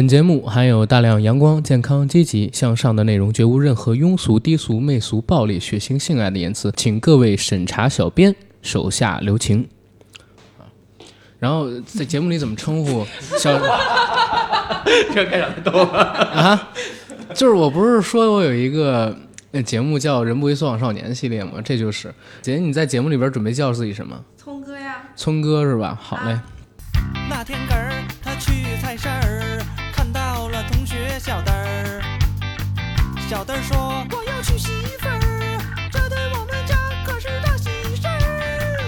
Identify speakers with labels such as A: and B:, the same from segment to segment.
A: 本节目含有大量阳光、健康、积极向上的内容，绝无任何庸俗、低俗、媚俗、暴力、血腥、性爱的言辞，请各位审查小编手下留情。啊然后在节目里怎么称呼小
B: 这开场逗了。
A: 啊？就是我不是说我有一个呃节目叫《人不为所往少年》系列吗？这就是姐，你在节目里边准备叫自己什么？
C: 聪哥呀，
A: 聪哥是吧？好嘞，
D: 那天根儿他去菜市儿，看到了同学小灯儿。小灯儿说：“我要娶媳妇儿，这对我们家可是大喜事儿。”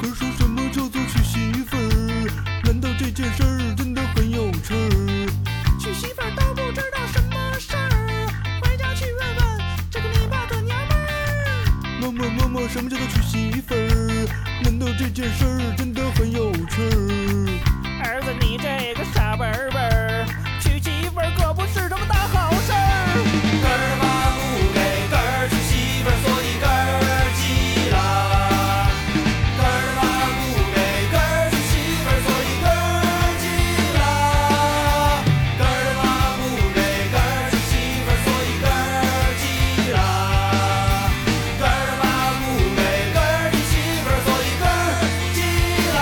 D: 可说什么叫做娶媳妇儿？难道这件事儿真的很有趣儿？娶媳妇儿都不知道什么事儿，回家去问问这个你爸的娘们儿。妈妈妈妈，什么叫做娶媳妇儿？难道这件事儿真的很有趣儿？儿子，你这个傻笨笨儿，娶媳妇儿可不是什么大好事儿。根儿妈不给根儿娶媳妇儿，所以根儿急了。根儿妈不给根儿娶媳妇儿，所以根儿急了。根儿妈不给根儿娶媳妇儿，所以根儿急了。根儿妈不给根儿娶媳妇儿，所以根儿急了。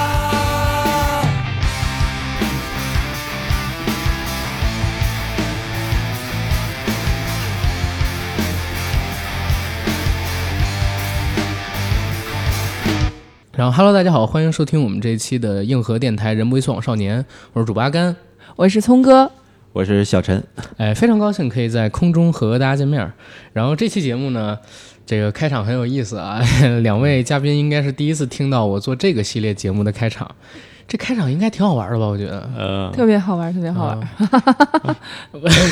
A: 然后 Hello，大家好，欢迎收听我们这一期的硬核电台《人不为所往少年》，我是主播阿甘。
C: 我是聪哥，
B: 我是小陈，
A: 哎，非常高兴可以在空中和大家见面儿。然后这期节目呢，这个开场很有意思啊， 两位嘉宾应该是第一次听到我做这个系列节目的开场，这开场应该挺好玩的吧？我觉得。啊
B: 呃，
C: 特别好玩，特别好玩。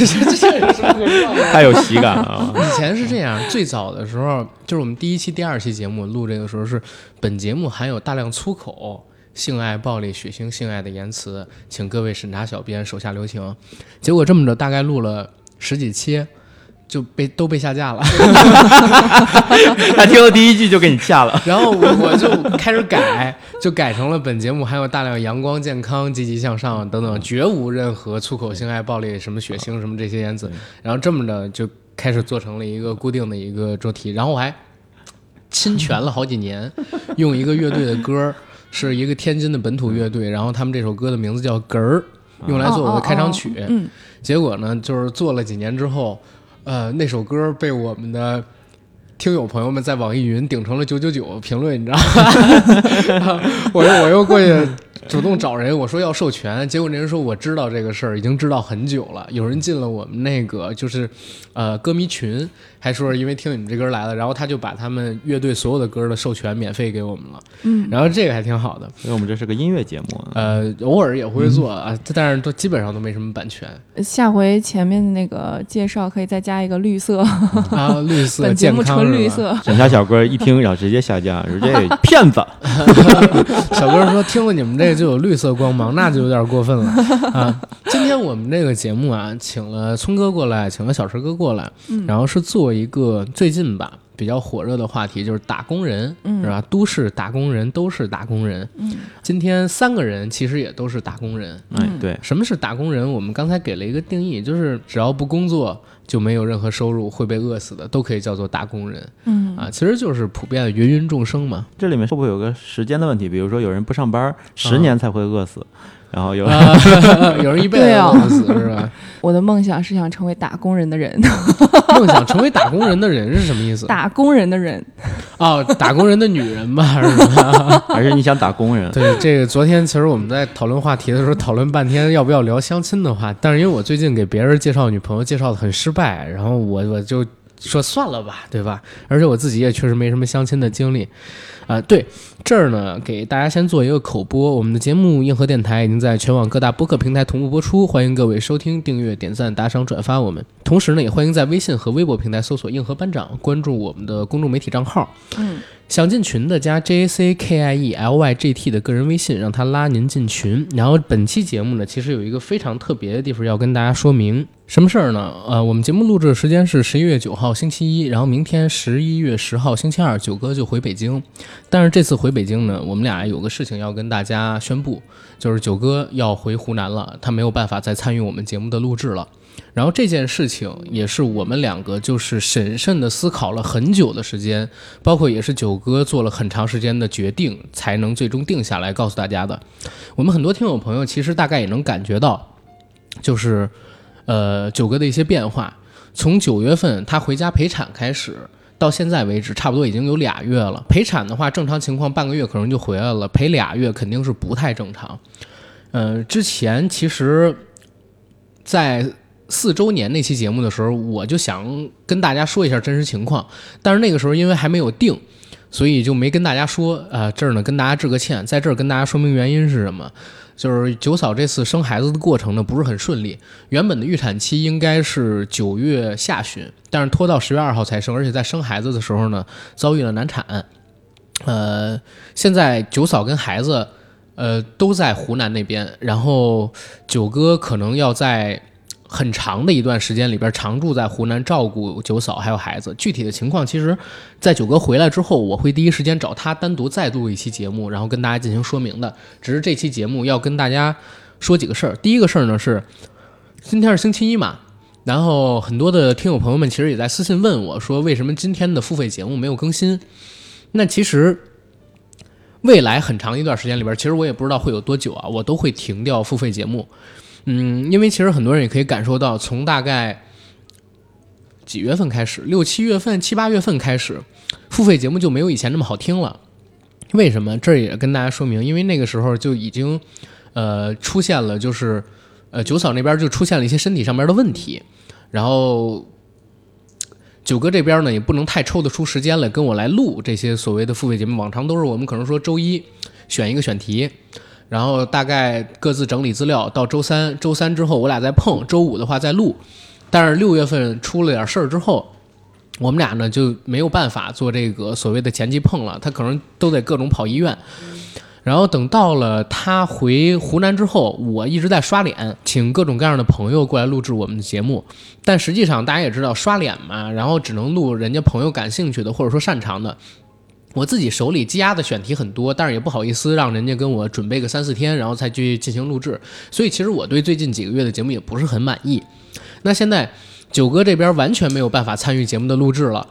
B: 太有喜感了啊！
A: 以前是这样，最早的时候就是我们第一期、第二期节目录这个时候是，本节目含有大量粗口、性爱、暴力、血腥、性爱的言辞，请各位审查小编手下留情。结果这么着，大概录了十几期，就被都被下架了。
B: 他听到第一句就给你下了。
A: 然后我我就开始改，就改成了本节目含有大量阳光、健康、积极向上等等，绝无任何粗口、性爱、暴力、什么血腥、什么这些言辞。然后这么着就开始做成了一个固定的一个周题，然后我还侵权了好几年，用一个乐队的歌儿，是一个天津的本土乐队，然后他们这首歌的名字叫《哏儿》，用来做我的开场曲。
C: 嗯，
A: 结果呢，就是做了几年之后，呃，那首歌被我们的听友朋友们在网易云顶成了九九九评论，你知道吗？ 我又我又过去主动找人，我说要授权，结果那人说我知道这个事儿，已经知道很久了。有人进了我们那个就是呃歌迷群，还说是因为听你们这歌来了，然后他就把他们乐队所有的歌的授权免费给我们了。嗯，然后这个还挺好的。
B: 所以我们这是个音乐节目啊，
A: 呃，偶尔也会做啊，但是都基本上都没什么版权。
C: 下回前面的那个介绍可以再加一个 绿色，
A: 啊，绿色，
C: 本节目
A: 健康
C: 纯绿
A: 是吧。
C: 色。
B: 审查小哥一听，然后直接下 架，直接骗子。
A: 小哥说听了你们这个就有绿色光芒，那就有点过分了啊！今天我们这个节目啊，请了聪哥过来，请了小陈哥过来，
C: 嗯
A: 然后是做一个最近吧比较火热的话题，就是打工人，
C: 嗯
A: 是吧？都市打工人都是打工人。今天三个人其实也都是打工人。
B: 哎，对，
A: 什么是打工人？我们刚才给了一个定义，就是只要不工作就没有任何收入，会被饿死的，都可以叫做打工人。
C: 嗯，
A: 啊，其实就是普遍的芸芸众生 嘛。
B: 这里面会不会有个时间的问题？比如说有人不上班十年才会饿死，然后有
A: 啊，有人一辈子
C: 对
A: 都
C: 哦
A: 饿死、是吧？
C: 我的梦想是想成为打工人的人，
A: 梦想成为打工人的人是什么意思？
C: 打工人的人。
A: 哦，打工人的女人吧，还是什么？
B: 还是你想打工 人？
A: 对，这个昨天其实我们在讨论话题的时候，讨论半天要不要聊相亲的话，但是因为我最近给别人介绍女朋友介绍的很失败，然后我我就说算了吧，对吧？而且我自己也确实没什么相亲的经历，啊、对，这儿呢给大家先做一个口播，我们的节目《硬核电台》已经在全网各大播客平台同步播出，欢迎各位收听、订阅、点赞、打赏、转发我们。同时呢，也欢迎在微信和微博平台搜索“硬核班长”，关注我们的公众媒体账号。想进群的加 J A C K I E L Y G T 的个人微信，让他拉您进群。然后本期节目呢，其实有一个非常特别的地方要跟大家说明，什么事儿呢？呃，我们节目录制的时间是十一月九号星期一，然后明天十一月十号星期二，九哥就回北京。但是这次回北京呢，我们俩有个事情要跟大家宣布，就是九哥要回湖南了，他没有办法再参与我们节目的录制了。然后这件事情也是我们两个就是审慎的思考了很久的时间，包括也是九哥做了很长时间的决定，才能最终定下来告诉大家的。我们很多听友朋友其实大概也能感觉到，就是呃九哥的一些变化。从九月份他回家陪产开始，到现在为止，差不多已经有俩月了。陪产的话，正常情况半个月可能就回来了，陪俩月肯定是不太正常。呃，之前其实，在四周年那期节目的时候，我就想跟大家说一下真实情况，但是那个时候因为还没有定，所以就没跟大家说。啊、这儿呢跟大家致个歉，在这儿跟大家说明原因是什么。就是九嫂这次生孩子的过程呢不是很顺利，原本的预产期应该是九月下旬，但是拖到十月二号才生，而且在生孩子的时候呢遭遇了难产。呃，现在九嫂跟孩子呃都在湖南那边，然后九哥可能要在很长的一段时间里边常住在湖南照顾九嫂还有孩子。具体的情况，其实，在九哥回来之后，我会第一时间找他单独再录一期节目，然后跟大家进行说明的。只是这期节目要跟大家说几个事儿。第一个事儿呢是，今天是星期一嘛，然后很多的听友朋友们其实也在私信问我说，为什么今天的付费节目没有更新？那其实。未来很长一段时间里边，其实我也不知道会有多久啊，我都会停掉付费节目。嗯，因为其实很多人也可以感受到，从大概几月份开始，六七月份、七八月份开始，付费节目就没有以前那么好听了。为什么？这儿也跟大家说明，因为那个时候就已经，呃，出现了就是，呃，九嫂那边就出现了一些身体上面的问题，然后九哥这边呢也不能太抽得出时间来跟我来录这些所谓的付费节目，往常都是我们可能说周一选一个选题，然后大概各自整理资料，到周三，周三之后我俩再碰，周五的话再录。但是六月份出了点事儿之后，我们俩呢就没有办法做这个所谓的前期碰了，他可能都得各种跑医院。然后等到了他回湖南之后，我一直在刷脸，请各种各样的朋友过来录制我们的节目。但实际上大家也知道，刷脸嘛，然后只能录人家朋友感兴趣的或者说擅长的。我自己手里积压的选题很多，但是也不好意思让人家跟我准备个三四天，然后才去进行录制。所以其实我对最近几个月的节目也不是很满意。那现在九哥这边完全没有办法参与节目的录制了，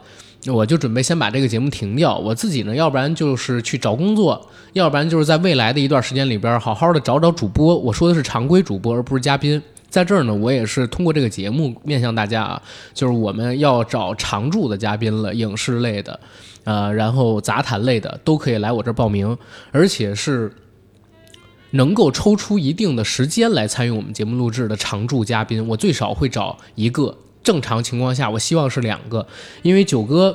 A: 我就准备先把这个节目停掉。我自己呢，要不然就是去找工作，要不然就是在未来的一段时间里边好好的找找主播。我说的是常规主播，而不是嘉宾。在这儿呢，我也是通过这个节目面向大家啊，就是我们要找常驻的嘉宾了，影视类的，呃，然后杂谈类的都可以来我这儿报名，而且是能够抽出一定的时间来参与我们节目录制的常驻嘉宾，我最少会找一个。正常情况下，我希望是两个，因为九哥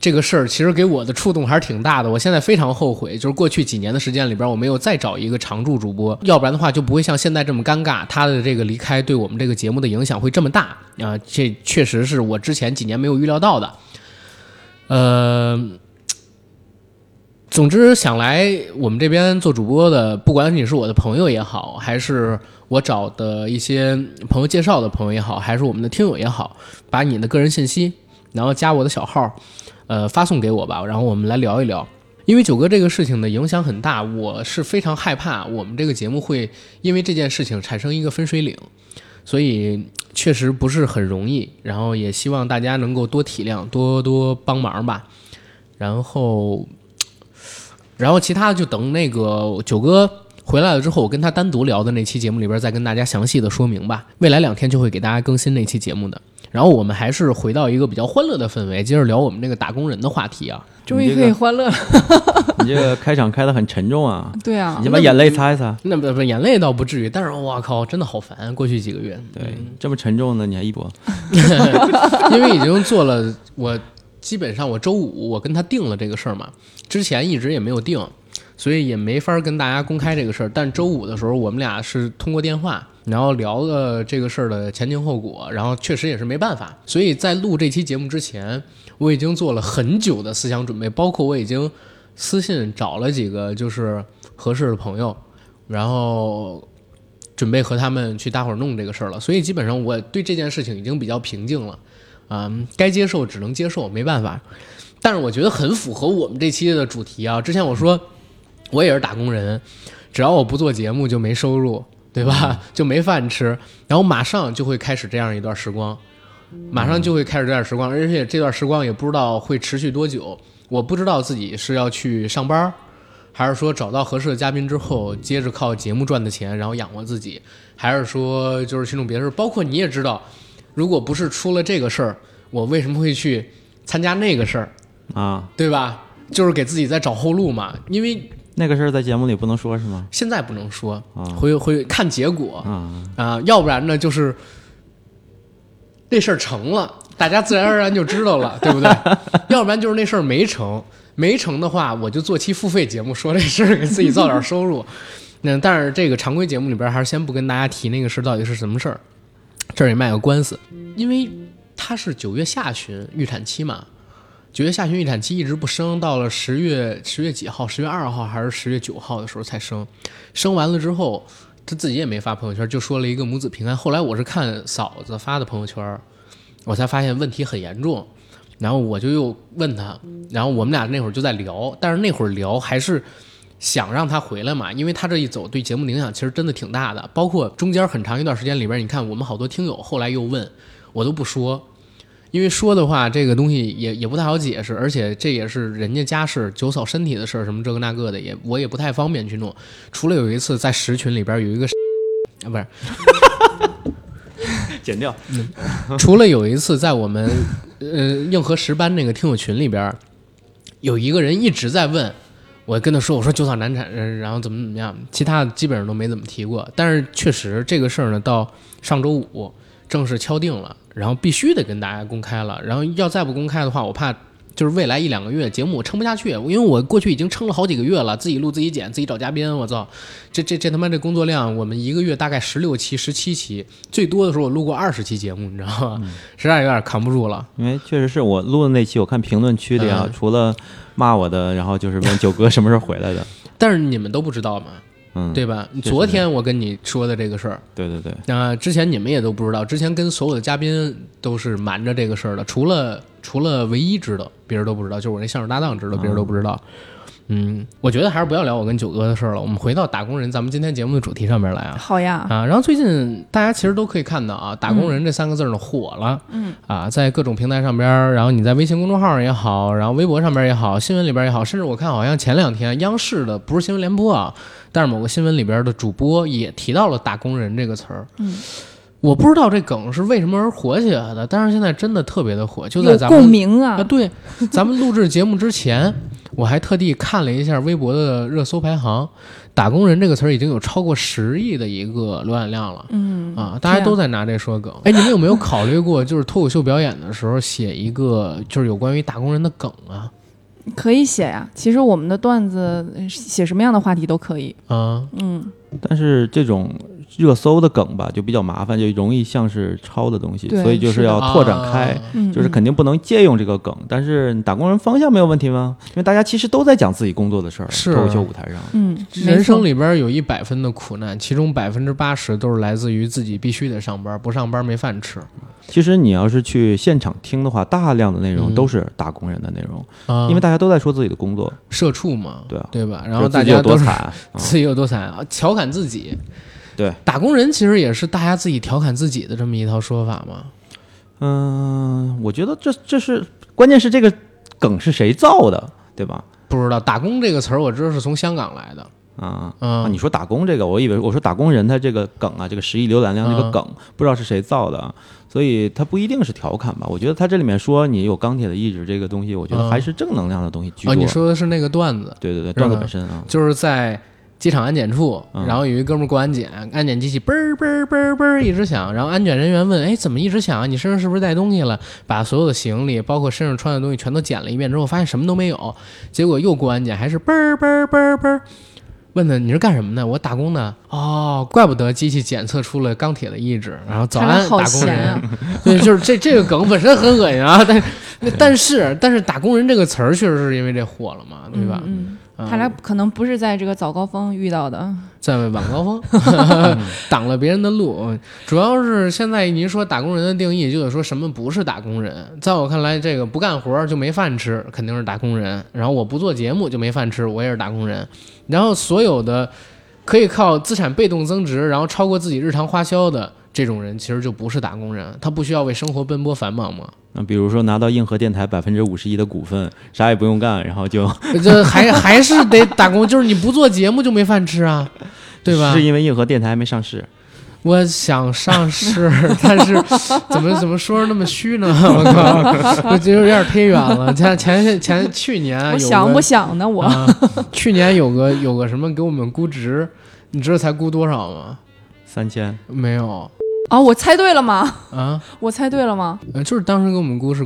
A: 这个事儿其实给我的触动还是挺大的。我现在非常后悔，就是过去几年的时间里边，我没有再找一个常驻主播，要不然的话就不会像现在这么尴尬。他的这个离开对我们这个节目的影响会这么大啊、这确实是我之前几年没有预料到的。呃，总之，想来我们这边做主播的，不管你是我的朋友也好，还是我找的一些朋友介绍的朋友也好，还是我们的听友也好，把你的个人信息，然后加我的小号，呃，发送给我吧，然后我们来聊一聊。因为九哥这个事情的影响很大，我是非常害怕我们这个节目会因为这件事情产生一个分水岭，所以确实不是很容易。然后也希望大家能够多体谅，多多帮忙吧。然后然后其他的就等那个九哥回来了之后，我跟他单独聊的那期节目里边再跟大家详细的说明吧。未来两天就会给大家更新那期节目的。然后我们还是回到一个比较欢乐的氛围，接着聊我们这个打工人的话题啊。
C: 终于可以欢 乐了。
B: 你这个开场开的很沉重啊，
C: 对啊
B: 你，先把眼泪擦一擦。
A: 那不不，眼泪倒不至于，但是我靠，真的好烦。过去几个月，
B: 对，这么沉重的你还一播，
A: 因为已经做了，我基本上我周五我跟他定了这个事儿嘛，之前一直也没有定，所以也没法跟大家公开这个事儿。但周五的时候，我们俩是通过电话，然后聊了这个事儿的前因后果，然后确实也是没办法，所以在录这期节目之前，我已经做了很久的思想准备，包括我已经私信找了几个就是合适的朋友，然后准备和他们去大伙儿弄这个事儿了，所以基本上我对这件事情已经比较平静了，啊、该接受只能接受，没办法。但是我觉得很符合我们这期的主题啊！之前我说我也是打工人，只要我不做节目就没收入，对吧？ 就没饭吃，然后马上就会开始这样一段时光，马上就会开始这段时光，而且这段时光也不知道会持续多久。我不知道自己是要去上班儿，还是说找到合适的嘉宾之后，接着靠节目赚的钱，然后养活自己，还是说就是去弄别的事儿。包括你也知道，如果不是出了这个事儿，我为什么会去参加那个事儿，
B: 啊，
A: 对吧？就是给自己在找后路嘛，因为
B: 那个事儿在节目里不能说是吗？
A: 现在不能说
B: 啊，
A: 回回看结果
B: 啊，
A: 啊、要不然呢就是那事儿成了，大家自然而然就知道了，对不对？要不然就是那事儿没成，没成的话，我就做期付费节目说这事儿，给自己造点收入。 那但是这个常规节目里边还是先不跟大家提那个事儿到底是什么事儿，这儿也卖个官司，因为它是九月下旬预产期嘛。九月下旬预产期一直不生，到了十月十月几号，十月二号还是十月九号的时候才生。生完了之后，他自己也没发朋友圈，就说了一个母子平安。后来我是看嫂子发的朋友圈，我才发现问题很严重，然后我就又问他，然后我们俩那会儿就在聊，但是那会儿聊还是想让他回来嘛，因为他这一走对节目的影响其实真的挺大的，包括中间很长一段时间里边，你看我们好多听友后来又问，我都不说。因为说的话，这个东西也也不太好解释，而且这也是人家家事、九嫂身体的事儿，什么这个那个的，也我也不太方便去弄。除了有一次在十群里边有一个 啊，不是，
B: 剪掉
A: 除了有一次在我们呃硬核十班那个听友群里边儿，有一个人一直在问，我跟他说，我说九嫂难产，呃然后怎么怎么样，其他的基本上都没怎么提过。但是确实这个事儿呢，到上周五正式敲定了，然后必须得跟大家公开了。然后要再不公开的话，我怕。就是未来一两个月节目我撑不下去，因为我过去已经撑了好几个月了，自己录自己剪自己找嘉宾，我操，这这这他妈这工作量，我们一个月大概十六期十七期，最多的时候我录过二十期节目，你知道吗？
B: 嗯
A: 实在有点扛不住了。
B: 因为确实是我录的那期，我看评论区里啊，
A: 嗯
B: 除了骂我的，然后就是问九哥什么时候回 来的。
A: 但是你们都不知道嘛，
B: 嗯，
A: 对吧？
B: 是
A: 昨天我跟你说的这个事儿，
B: 对对对，
A: 那、之前你们也都不知道，之前跟所有的嘉宾都是瞒着这个事儿的，除了除了唯一知道，别人都不知道，就是我那相声搭档知道，
B: 嗯
A: 别人都不知道。嗯，我觉得还是不要聊我跟九哥的事儿了，我们回到打工人，咱们今天节目的主题上面来啊。
C: 好呀，
A: 啊，然后最近大家其实都可以看到啊，“打工人”这三个字儿呢火了，
C: 嗯
A: 啊，在各种平台上边儿，然后你在微信公众号儿也好，然后微博上边儿也好，新闻里边儿也好，甚至我看好像前两天央视的不是新闻联播啊，但是某个新闻里边儿的主播也提到了“打工人”这个词儿，
C: 嗯，
A: 我不知道这梗是为什么而火起来的，但是现在真的特别的火，就在
C: 有
A: 咱们
C: 共鸣啊
A: 啊，，对，咱们录制节目之前，我还特地看了一下微博的热搜排行，“打工人”这个词儿已经有超过十亿的一个浏览量了。
C: 嗯
A: 啊，大家都在拿这说梗。哎，你们有没有考虑过，就是脱口秀表演的时候写一个就是有关于打工人的梗啊？
C: 可以写呀。其实我们的段子呃写什么样的话题都可以，
A: 啊，
C: 嗯，
B: 但是这种热搜的梗吧，就比较麻烦，就容易像是抄的东西，
C: 对
B: 所以就是
C: 是的
B: 要拓展开。
A: 啊
C: 嗯
B: 就是肯定不能借用这个梗，但是打工人方向没有问题吗？因为大家其实都在讲自己工作的事儿，
A: 是啊
B: 脱口秀舞台上。
C: 嗯，没
A: 人生
C: 错
A: 里边有一百分的苦难，其中百分之八十都是来自于自己必须得上班，不上班没饭吃
B: 其实你要是去现场听的话，大量的内容
A: 嗯
B: 都是打工人的内容，
A: 啊。
B: 因为大家都在说自己的工作，
A: 社畜嘛，
B: 对啊
A: 对吧？然后
B: 就是
A: 大
B: 自己有
A: 家
B: 多
A: 都是
B: 惨， 啊
A: 自己有多惨啊，调侃自己。
B: 对，
A: 打工人其实也是大家自己调侃自己的这么一套说法嘛。
B: 嗯、我觉得这这是关键是这个梗是谁造的，对吧？
A: 不知道“打工”这个词儿，我知道是从香港来的。
B: 啊、
A: 嗯，
B: 啊！你说打工这个，我以为我说打工人他这个梗啊，这个十亿浏览量
A: 嗯
B: 这个梗，不知道是谁造的，所以它不一定是调侃吧？我觉得他这里面说你有钢铁的意志这个东西，我觉得
A: 嗯
B: 还是正能量的东西居多。
A: 啊，你说的是那个段子，
B: 对对对，
A: 吧
B: 段子本身啊，
A: 就是在机场安检处，
B: 嗯
A: 然后有一哥们儿过安检，安检机器嘣儿嘣儿嘣儿嘣儿一直响，然后安检人员问：“哎，怎么一直响啊？你身上是不是带东西了？”把所有的行李，包括身上穿的东西全都检了一遍之后，发现什么都没有。结果又过安检，还是嘣儿嘣儿嘣儿嘣儿。问他你是干什么的？我打工的。哦，怪不得机器检测出了钢铁的意志。然后早
C: 看来
A: 安，
C: 好
A: 打工
C: 闲
A: 人。
C: 啊，
A: 对，就是这这个梗本身很恶心啊，但但是但是打工人这个词儿确实是因为这火了嘛，对吧？
C: 嗯，嗯
A: 嗯
C: 他俩可能不是在这个早高峰遇到的，
A: 在晚高峰 挡了别人的路，主要是现在您说打工人的定义，就得说什么不是打工人。在我看来，这个不干活儿就没饭吃，肯定是打工人；然后我不做节目就没饭吃，我也是打工人。然后所有的可以靠资产被动增值，然后超过自己日常花销的这种人，其实就不是打工人，他不需要为生活奔波繁忙吗？
B: 那比如说拿到硬核电台百分之五十一的股份，啥也不用干，然后就
A: 这还还是得打工，就是你不做节目就没饭吃啊，对吧？
B: 是因为硬核电台还没上市，
A: 我想上 市，但是怎么怎么说那么虚呢？我靠，我觉得有点忒远了。前前前去年啊有
C: 我
A: 个
C: 想不想呢？我、
A: 啊去年有个有个什么给我们估值，你知道才估多少吗？
B: 三千
A: 没有
C: 哦，我猜对了吗？
A: 啊，
C: 我猜对了吗？
A: 呃就是当时给我们估是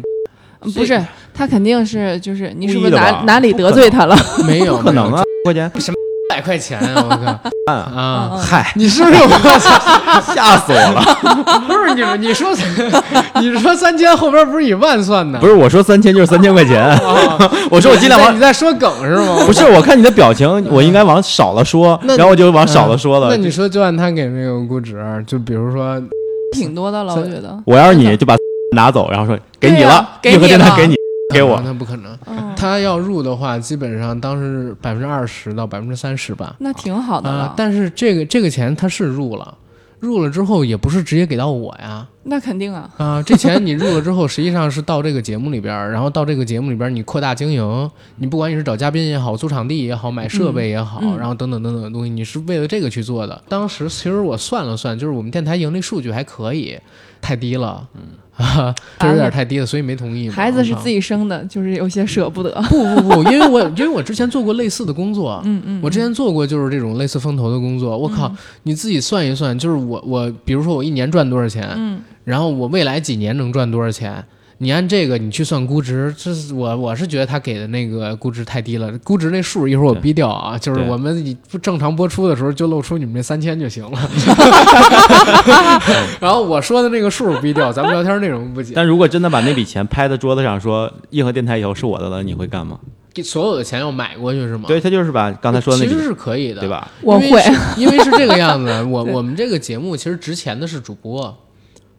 C: 嗯不是，他肯定是就是你是不是
B: 故意的吧
C: 哪哪里得罪他了？
A: 没有，
B: 不可能
A: 没
B: 啊
A: 有，，
B: 块钱
A: 百块钱啊！我 靠
B: 啊，
A: 啊！
C: 哦
B: 嗨，
A: 你是不是 我操？
B: 吓死我了！
A: 不是你们，你说 你说三千后边不是以万算的？
B: 不是我说三千就是三千块钱，
A: 啊，
B: 我说我尽量
A: 你在
B: 往
A: 你在说梗是吗？
B: 不是，我看你的表情，我应该往少了说，
A: 那
B: 然后我就往啊少了说了。
A: 嗯那你说，就按他给那个估值，就比如说，
C: 挺多的了，我觉 得。
B: 我要是你就把 拿走，然后说给你
C: 对
B: 了，
C: 啊给
B: 硬核
C: 你
B: 电台
C: 了
B: 给你，给我
A: 啊。那不可能。
C: 嗯，
A: 他要入的话，基本上当时百分之二十到百分之三十吧。
C: 那挺好的了
A: 啊，，但是这个这个钱他是入了，入了之后也不是直接给到我呀。
C: 那肯定啊。
A: 啊，这钱你入了之后，实际上是到这个节目里边儿，然后到这个节目里边儿，你扩大经营，你不管你是找嘉宾也好，租场地也好，买设备也好，
C: 嗯嗯
A: 然后等等等等的东西，你是为了这个去做的。当时其实我算了算，就是我们电台盈利数据还可以，太低了， 啊，这有点太低了，所以没同意嘛。
C: 孩子是
A: 我靠
C: 自己生的，就是有些舍不得。
A: 不不不，因为我因为我之前做过类似的工作，
C: 嗯嗯，
A: 我之前做过就是这种类似风投的工作。我靠，你自己算一算，就是我我比如说我一年赚多少钱，
C: 嗯，
A: 然后我未来几年能赚多少钱？你按这个你去算估值，这是我我是觉得他给的那个估值太低了，估值那数一会儿我逼掉啊，就是
B: 对
A: 我们以正常播出的时候就露出你们那三千就行 了，然后我说的那个数逼掉，咱们聊天内容不讲，
B: 但如果真的把那笔钱拍在桌子上说硬核电台以后是我的了，你会干吗？
A: 给所有的钱要买过去是吗？
B: 对，他就是把刚才说的那
A: 其实
B: 笔，
A: 是可以的，
B: 对？吧？
C: 我
A: 因
C: 会
A: 为是，因为是这个样子。 我
C: 对
A: 我们这个节目其实值钱的是主播，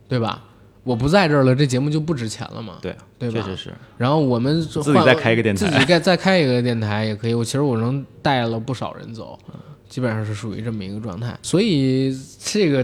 A: 对吧？我不在这儿了，这节目就不值钱了嘛。
B: 对，
A: 对吧
B: 确实是。
A: 然后我们
B: 自己
A: 换
B: 再开一个电台
A: 自己再再开一个电台也可以。我其实我能带了不少人走，基本上是属于这么一个状态。所以这个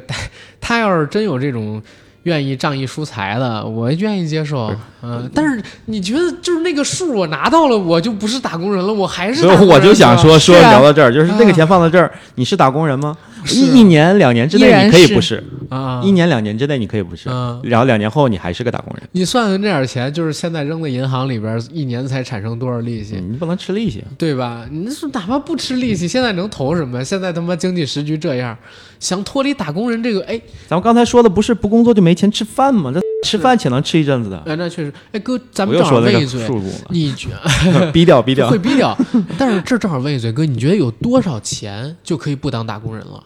A: 他要是真有这种。愿意仗义疏财的，我愿意接受，嗯、但是你觉得就是那个数我拿到了，我就不是打工人了，我还是
B: 所
A: 打
B: 以
A: 工人
B: 我就想
A: 吗
B: 说说
C: 是啊
B: 聊到这儿，就是那个
A: 啊
B: 钱放到这儿，你是打工人吗？
A: 是
B: 一一年两年之
C: 依
B: 内
C: 然
B: 你可以
C: 是
B: 不是，
A: 啊，
B: 一年两年之内你可以不是，
A: 啊
B: 然后两年后你还是个打工人，
A: 你算算这点钱，就是现在扔在银行里边儿，一年才产生多少利息，
B: 嗯你不能吃啊利息。
A: 对吧？你说哪怕不吃利息，现在能投什么？现在他妈经济时局这样，想脱离打工人这个，哎，
B: 咱们刚才说的不是不工作就没钱吃饭吗？这吃饭且能吃一阵子的。
A: 哎，那确实，哎哥，咱
B: 我
A: 们
B: 又
A: 正好
B: 说那
A: 问
B: 个
A: 一嘴，
B: 数目
A: 你 觉
B: 了，逼掉逼掉
A: 会。逼掉，但是这正好问一嘴，哥，你觉得有多少钱就可以不当打工人了？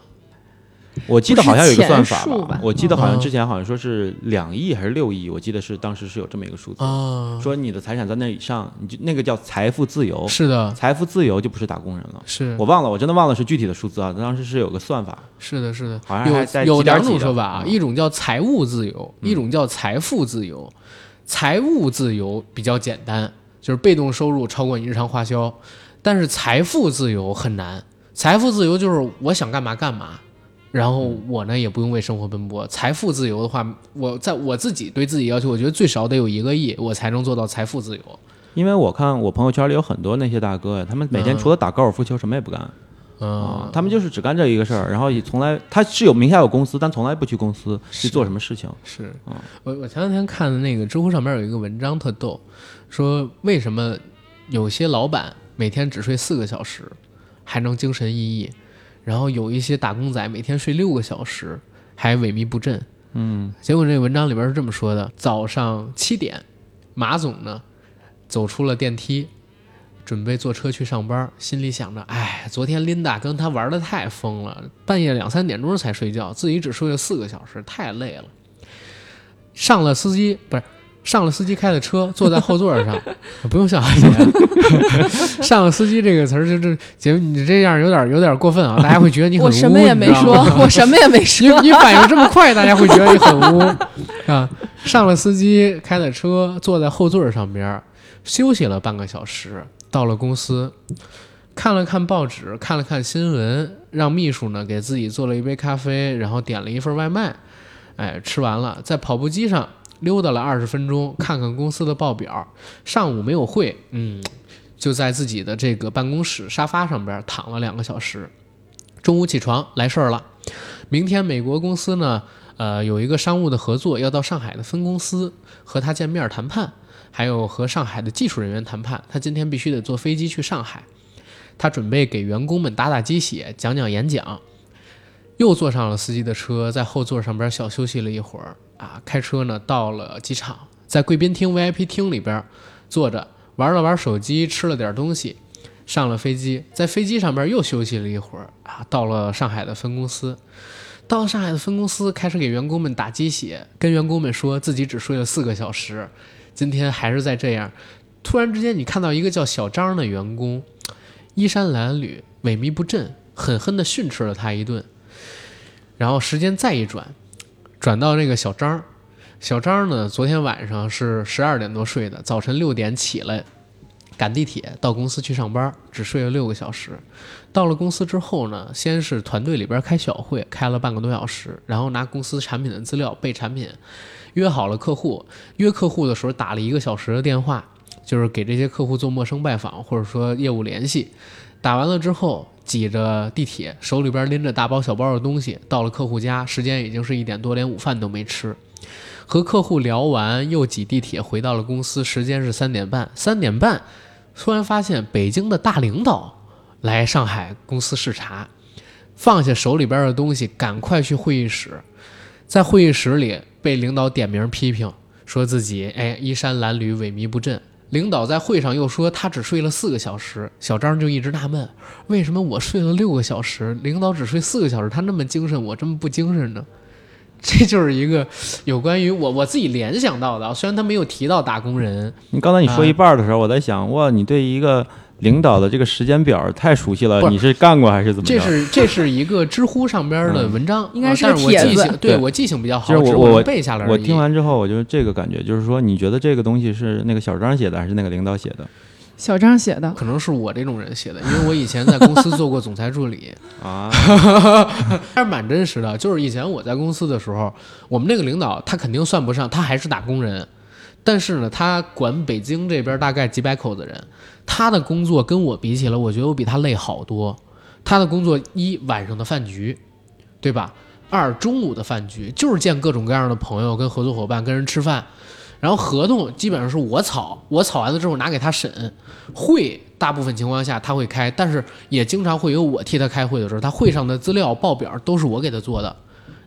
B: 我记得好像有一个算法
C: 不是钱数吧
B: 我记得好像
A: 嗯
B: 之前好像说是两亿还是六亿，我记得是当时是有这么一个数字，
A: 啊，
B: 说你的财产在那以上，你就那个叫财富自由，
A: 是的，
B: 财富自由就不是打工人了。
A: 是
B: 我忘了，我真的忘了是具体的数字啊，当时是有个算法，
A: 是的，是的
B: 好像，还在
A: 有有
B: 几点
A: 两
B: 几
A: 种
B: 的
A: 说法啊，
B: 嗯
A: 一种叫财务自由，
B: 嗯
A: 一种叫财富自由。财务自由比较简单，就是被动收入超过你日常花销，但是财富自由很难。财富自由就是我想干嘛干嘛，然后
B: 嗯
A: 我呢也不用为生活奔波。财富自由的话，我在我自己对自己要求，我觉得最少得有一个亿，我才能做到财富自由。
B: 因为我看我朋友圈里有很多那些大哥呀，他们每天
A: 嗯
B: 除了打高尔夫球什么也不干啊、
A: 嗯，
B: 他们就是只干这一个事儿，然后也从来他是有名下有公司，但从来不去公司去做什么事情。
A: 是
B: 啊
A: 嗯我我前两天看的那个知乎上面有一个文章特逗，说为什么有些老板每天只睡四个小时还能精神奕奕，然后有一些打工仔每天睡六个小时还萎靡不振。嗯，结果这个文章里边是这么说的：早上七点，马总呢走出了电梯。准备坐车去上班，心里想着，哎，昨天琳达跟他玩的太疯了，半夜两三点钟才睡觉，自己只睡了四个小时，太累了。上了司机不是上了司机开的车，坐在后座上， 不用笑啊，姐。 上了司机这个词儿，就是姐，你这样有点有点过分啊，大家会觉得你很污。
C: 我什么也没
A: 你知
C: 说
A: 道吗，
C: 我什么 也没
A: 你
C: 说。
A: 你反应这么快，大家会觉得你很污啊！上了司机开的车，坐在后座上边儿休息了半个小时，到了公司，看了看报纸，看了看新闻，让秘书呢给自己做了一杯咖啡，然后点了一份外卖，哎，吃完了，在跑步机上溜达了二十分钟，看看公司的报表。上午没有会，嗯，就在自己的这个办公室沙发上边儿躺了两个小时。中午起床来事儿了。明天美国公司呢，呃，有一个商务的合作，要到上海的分公司和他见面谈判，还有和上海的技术人员谈判。他今天必须得坐飞机去上海，他准备给员工们打打鸡血，讲讲演讲。又坐上了司机的车，在后座上边小休息了一会儿啊，开车呢到了机场，在贵宾厅 VIP 厅里边坐着玩了玩手机，吃了点东西，上了飞机，在飞机上边又休息了一会儿啊，到了上海的分公司，到了上海的分公司，开始给员工们打鸡血，跟员工们说自己只睡了四个小时，今天还是在这样。突然之间，你看到一个叫小张的员工，衣衫褴褛、萎靡不振，狠狠地训斥了他一顿。然后时间再一转，转到那个小张，小张呢，昨天晚上是十二点多睡的，早晨六点起来，赶地铁到公司去上班，只睡了六个小时。到了公司之后呢，先是团队里边开小会，开了半个多小时，然后拿公司产品的资料背产品，约好了客户，约客户的时候打了一个小时的电话，就是给这些客户做陌生拜访或者说业务联系。打完了之后，挤着地铁，手里边拎着大包小包的东西，到了客户家，时间已经是一点多，连午饭都没吃。和客户聊完，又挤地铁回到了公司，时间是三点半。三点半，突然发现北京的大领导来上海公司视察，放下手里边的东西，赶快去会议室。在会议室里被领导点名批评，说自己哎衣衫褴褛、萎靡不振。领导在会上又说他只睡了四个小时，小张就一直纳闷，为什么我睡了六个小时，领导只睡四个小时，他那么精神，我这么不精神呢？ 这就是一个有关于我我自己联想到的啊，虽然他没有提到打工人，
B: 你刚才你说
A: 啊
B: 一半儿的时候，我在想，哇，你对一个领导的这个时间表儿太熟悉
A: 不
B: 了，
A: 是
B: 你是干过还是怎么着？嗯
A: 这是这是一个知乎上边的文章，
C: 应该
A: 呃
C: 是个
A: 但是我记
C: 帖子
A: 性，对
B: 对
A: 我记性比较好，
B: 就是我
A: 只不
B: 我
A: 过
B: 我
A: 背下来而已。
B: 我听完之后，我就这个感觉，就是说，你觉得这个东西是那个小张写的，还是那个领导写的
C: 小张写的，
A: 可能是我这种人写的，因为我以前在公司做过总裁助理，
B: 啊？
A: 还是蛮真实的。就是以前我在公司的时候，我们那个领导他肯定算不上，他还是打工人，但是呢，他管北京这边大概几百口子人，他的工作跟我比起来，我觉得我比他累好多。他的工作一晚上的饭局，对吧？二中午的饭局就是见各种各样的朋友、跟合作伙伴、跟人吃饭，然后合同基本上是我草，我草完了之后拿给他审，会大部分情况下他会开，但是也经常会有我替他开会的时候，他会上的资料报表都是我给他做的，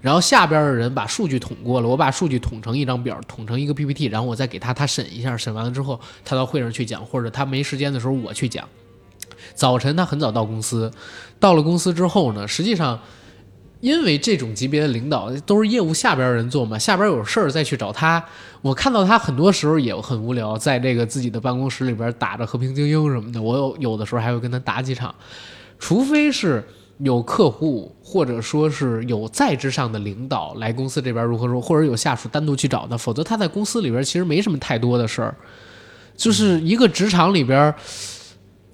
A: 然后下边的人把数据统过了，我把数据统成一张表，统成一个 PPT，然后我再给他，他审一下，审完了之后他到会上去讲，或者他没时间的时候我去讲。早晨他很早到公司，到了公司之后呢，实际上。因为这种级别的领导都是业务下边的人做嘛，下边有事儿再去找他，我看到他很多时候也很无聊，在这个自己的办公室里边打着《和平精英》什么的，我有有的时候还会跟他打几场，除非是有客户或者说是有在之上的领导来公司这边如何说，或者有下属单独去找他，否则他在公司里边其实没什么太多的事儿，就是一个职场里边。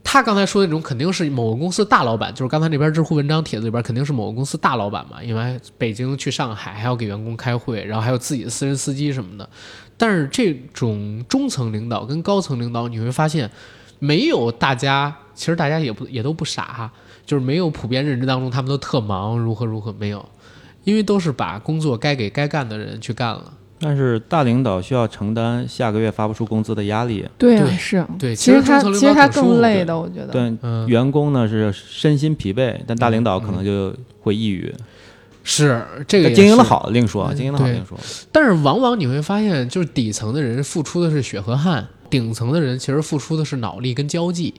A: 他刚才说的那种肯定是某个公司大老板，就是刚才那边知乎文章帖子里边肯定是某个公司大老板嘛，因为北京去上海还要给员工开会，然后还有自己的私人司机什么的。但是这种中层领导跟高层领导，你会发现没有大家，其实大家也不也都不傻哈，就是没有普遍认知当中他们都特忙，如何如何没有，因为都是把工作该给该干的人去干了。
B: 但是大领导需要承担下个月发不出工资的压力，
C: 对啊，
A: 对
C: 是
A: 对
C: 其
A: 其
C: 实
A: 实
C: 他
A: 中层领导
C: 其实他
A: 挺舒服
C: 更累
A: 的
C: 的，我觉得。
B: 但
A: 嗯，
B: 员工呢是身心疲惫，但大领导可能就会抑郁。
A: 是嗯这个
B: 但
A: 也
B: 经营的
A: 是，
B: 好另说，
A: 嗯
B: 经营的好
A: 对
B: 另说。
A: 但是往往你会发现，就是底层的人付出的是血和汗，顶层的人其实付出的是脑力跟交际。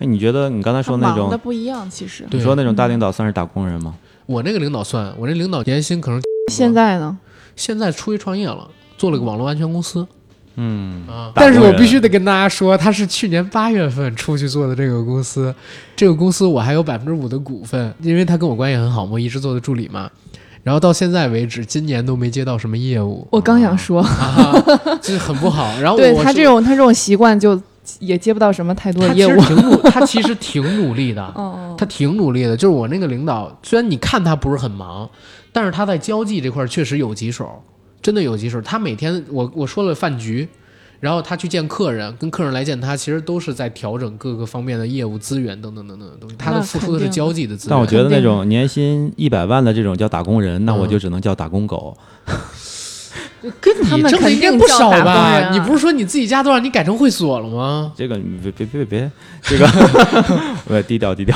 B: 哎，你觉得你刚才
C: 他
B: 说那
C: 忙的
B: 种，
C: 不一样，其实。
B: 你
A: 对
B: 说那种大领导算是打工人吗？
A: 我那个领导算，我那领导年薪可能
C: 现在呢？
A: 现在出去创业了，做了个网络安全公司。
B: 嗯，
A: 啊
B: 打工
A: 但
B: 人
A: 是我必须得跟大家说，他是去年八月份出去做的这个公司，这个公司我还有百分之五的股份，因为他跟我关系很好嘛，我一直做的助理嘛。然后到现在为止，今年都没接到什么业务，
C: 我刚想说，
A: 啊，就是很不好。然后
C: 对
A: 我
C: 他
A: 是
C: 这种他这种习惯就也接不到什么太多
A: 他
C: 的
A: 其
C: 业
A: 实
C: 务。
A: 挺努，他其实挺努力的，
C: 哦，
A: 他挺努力的。就是我那个领导，虽然你看他不是很忙，但是他在交际这块儿确实有棘手，真的有棘手。他每天，我我说了饭局，然后他去见客人，跟客人来见他，其实都是在调整各个方面的业务资源等等等等的东西。他的
C: 那
A: 付出的是
C: 肯定
A: 交际的资源。
B: 但我觉得
C: 肯定
B: 那种年薪一百万的这种叫打工人，那我
A: 嗯
B: 就只能叫打工狗。？
A: 跟
C: 他
A: 你
C: 们
A: 挣的
C: 肯
A: 应该
C: 定
A: 不
C: 叫
A: 少
C: 打工
A: 吧？
C: 人啊
A: 你不是说你自己家都让你改成会所了吗
B: 这个别别别别，这个我 低调低调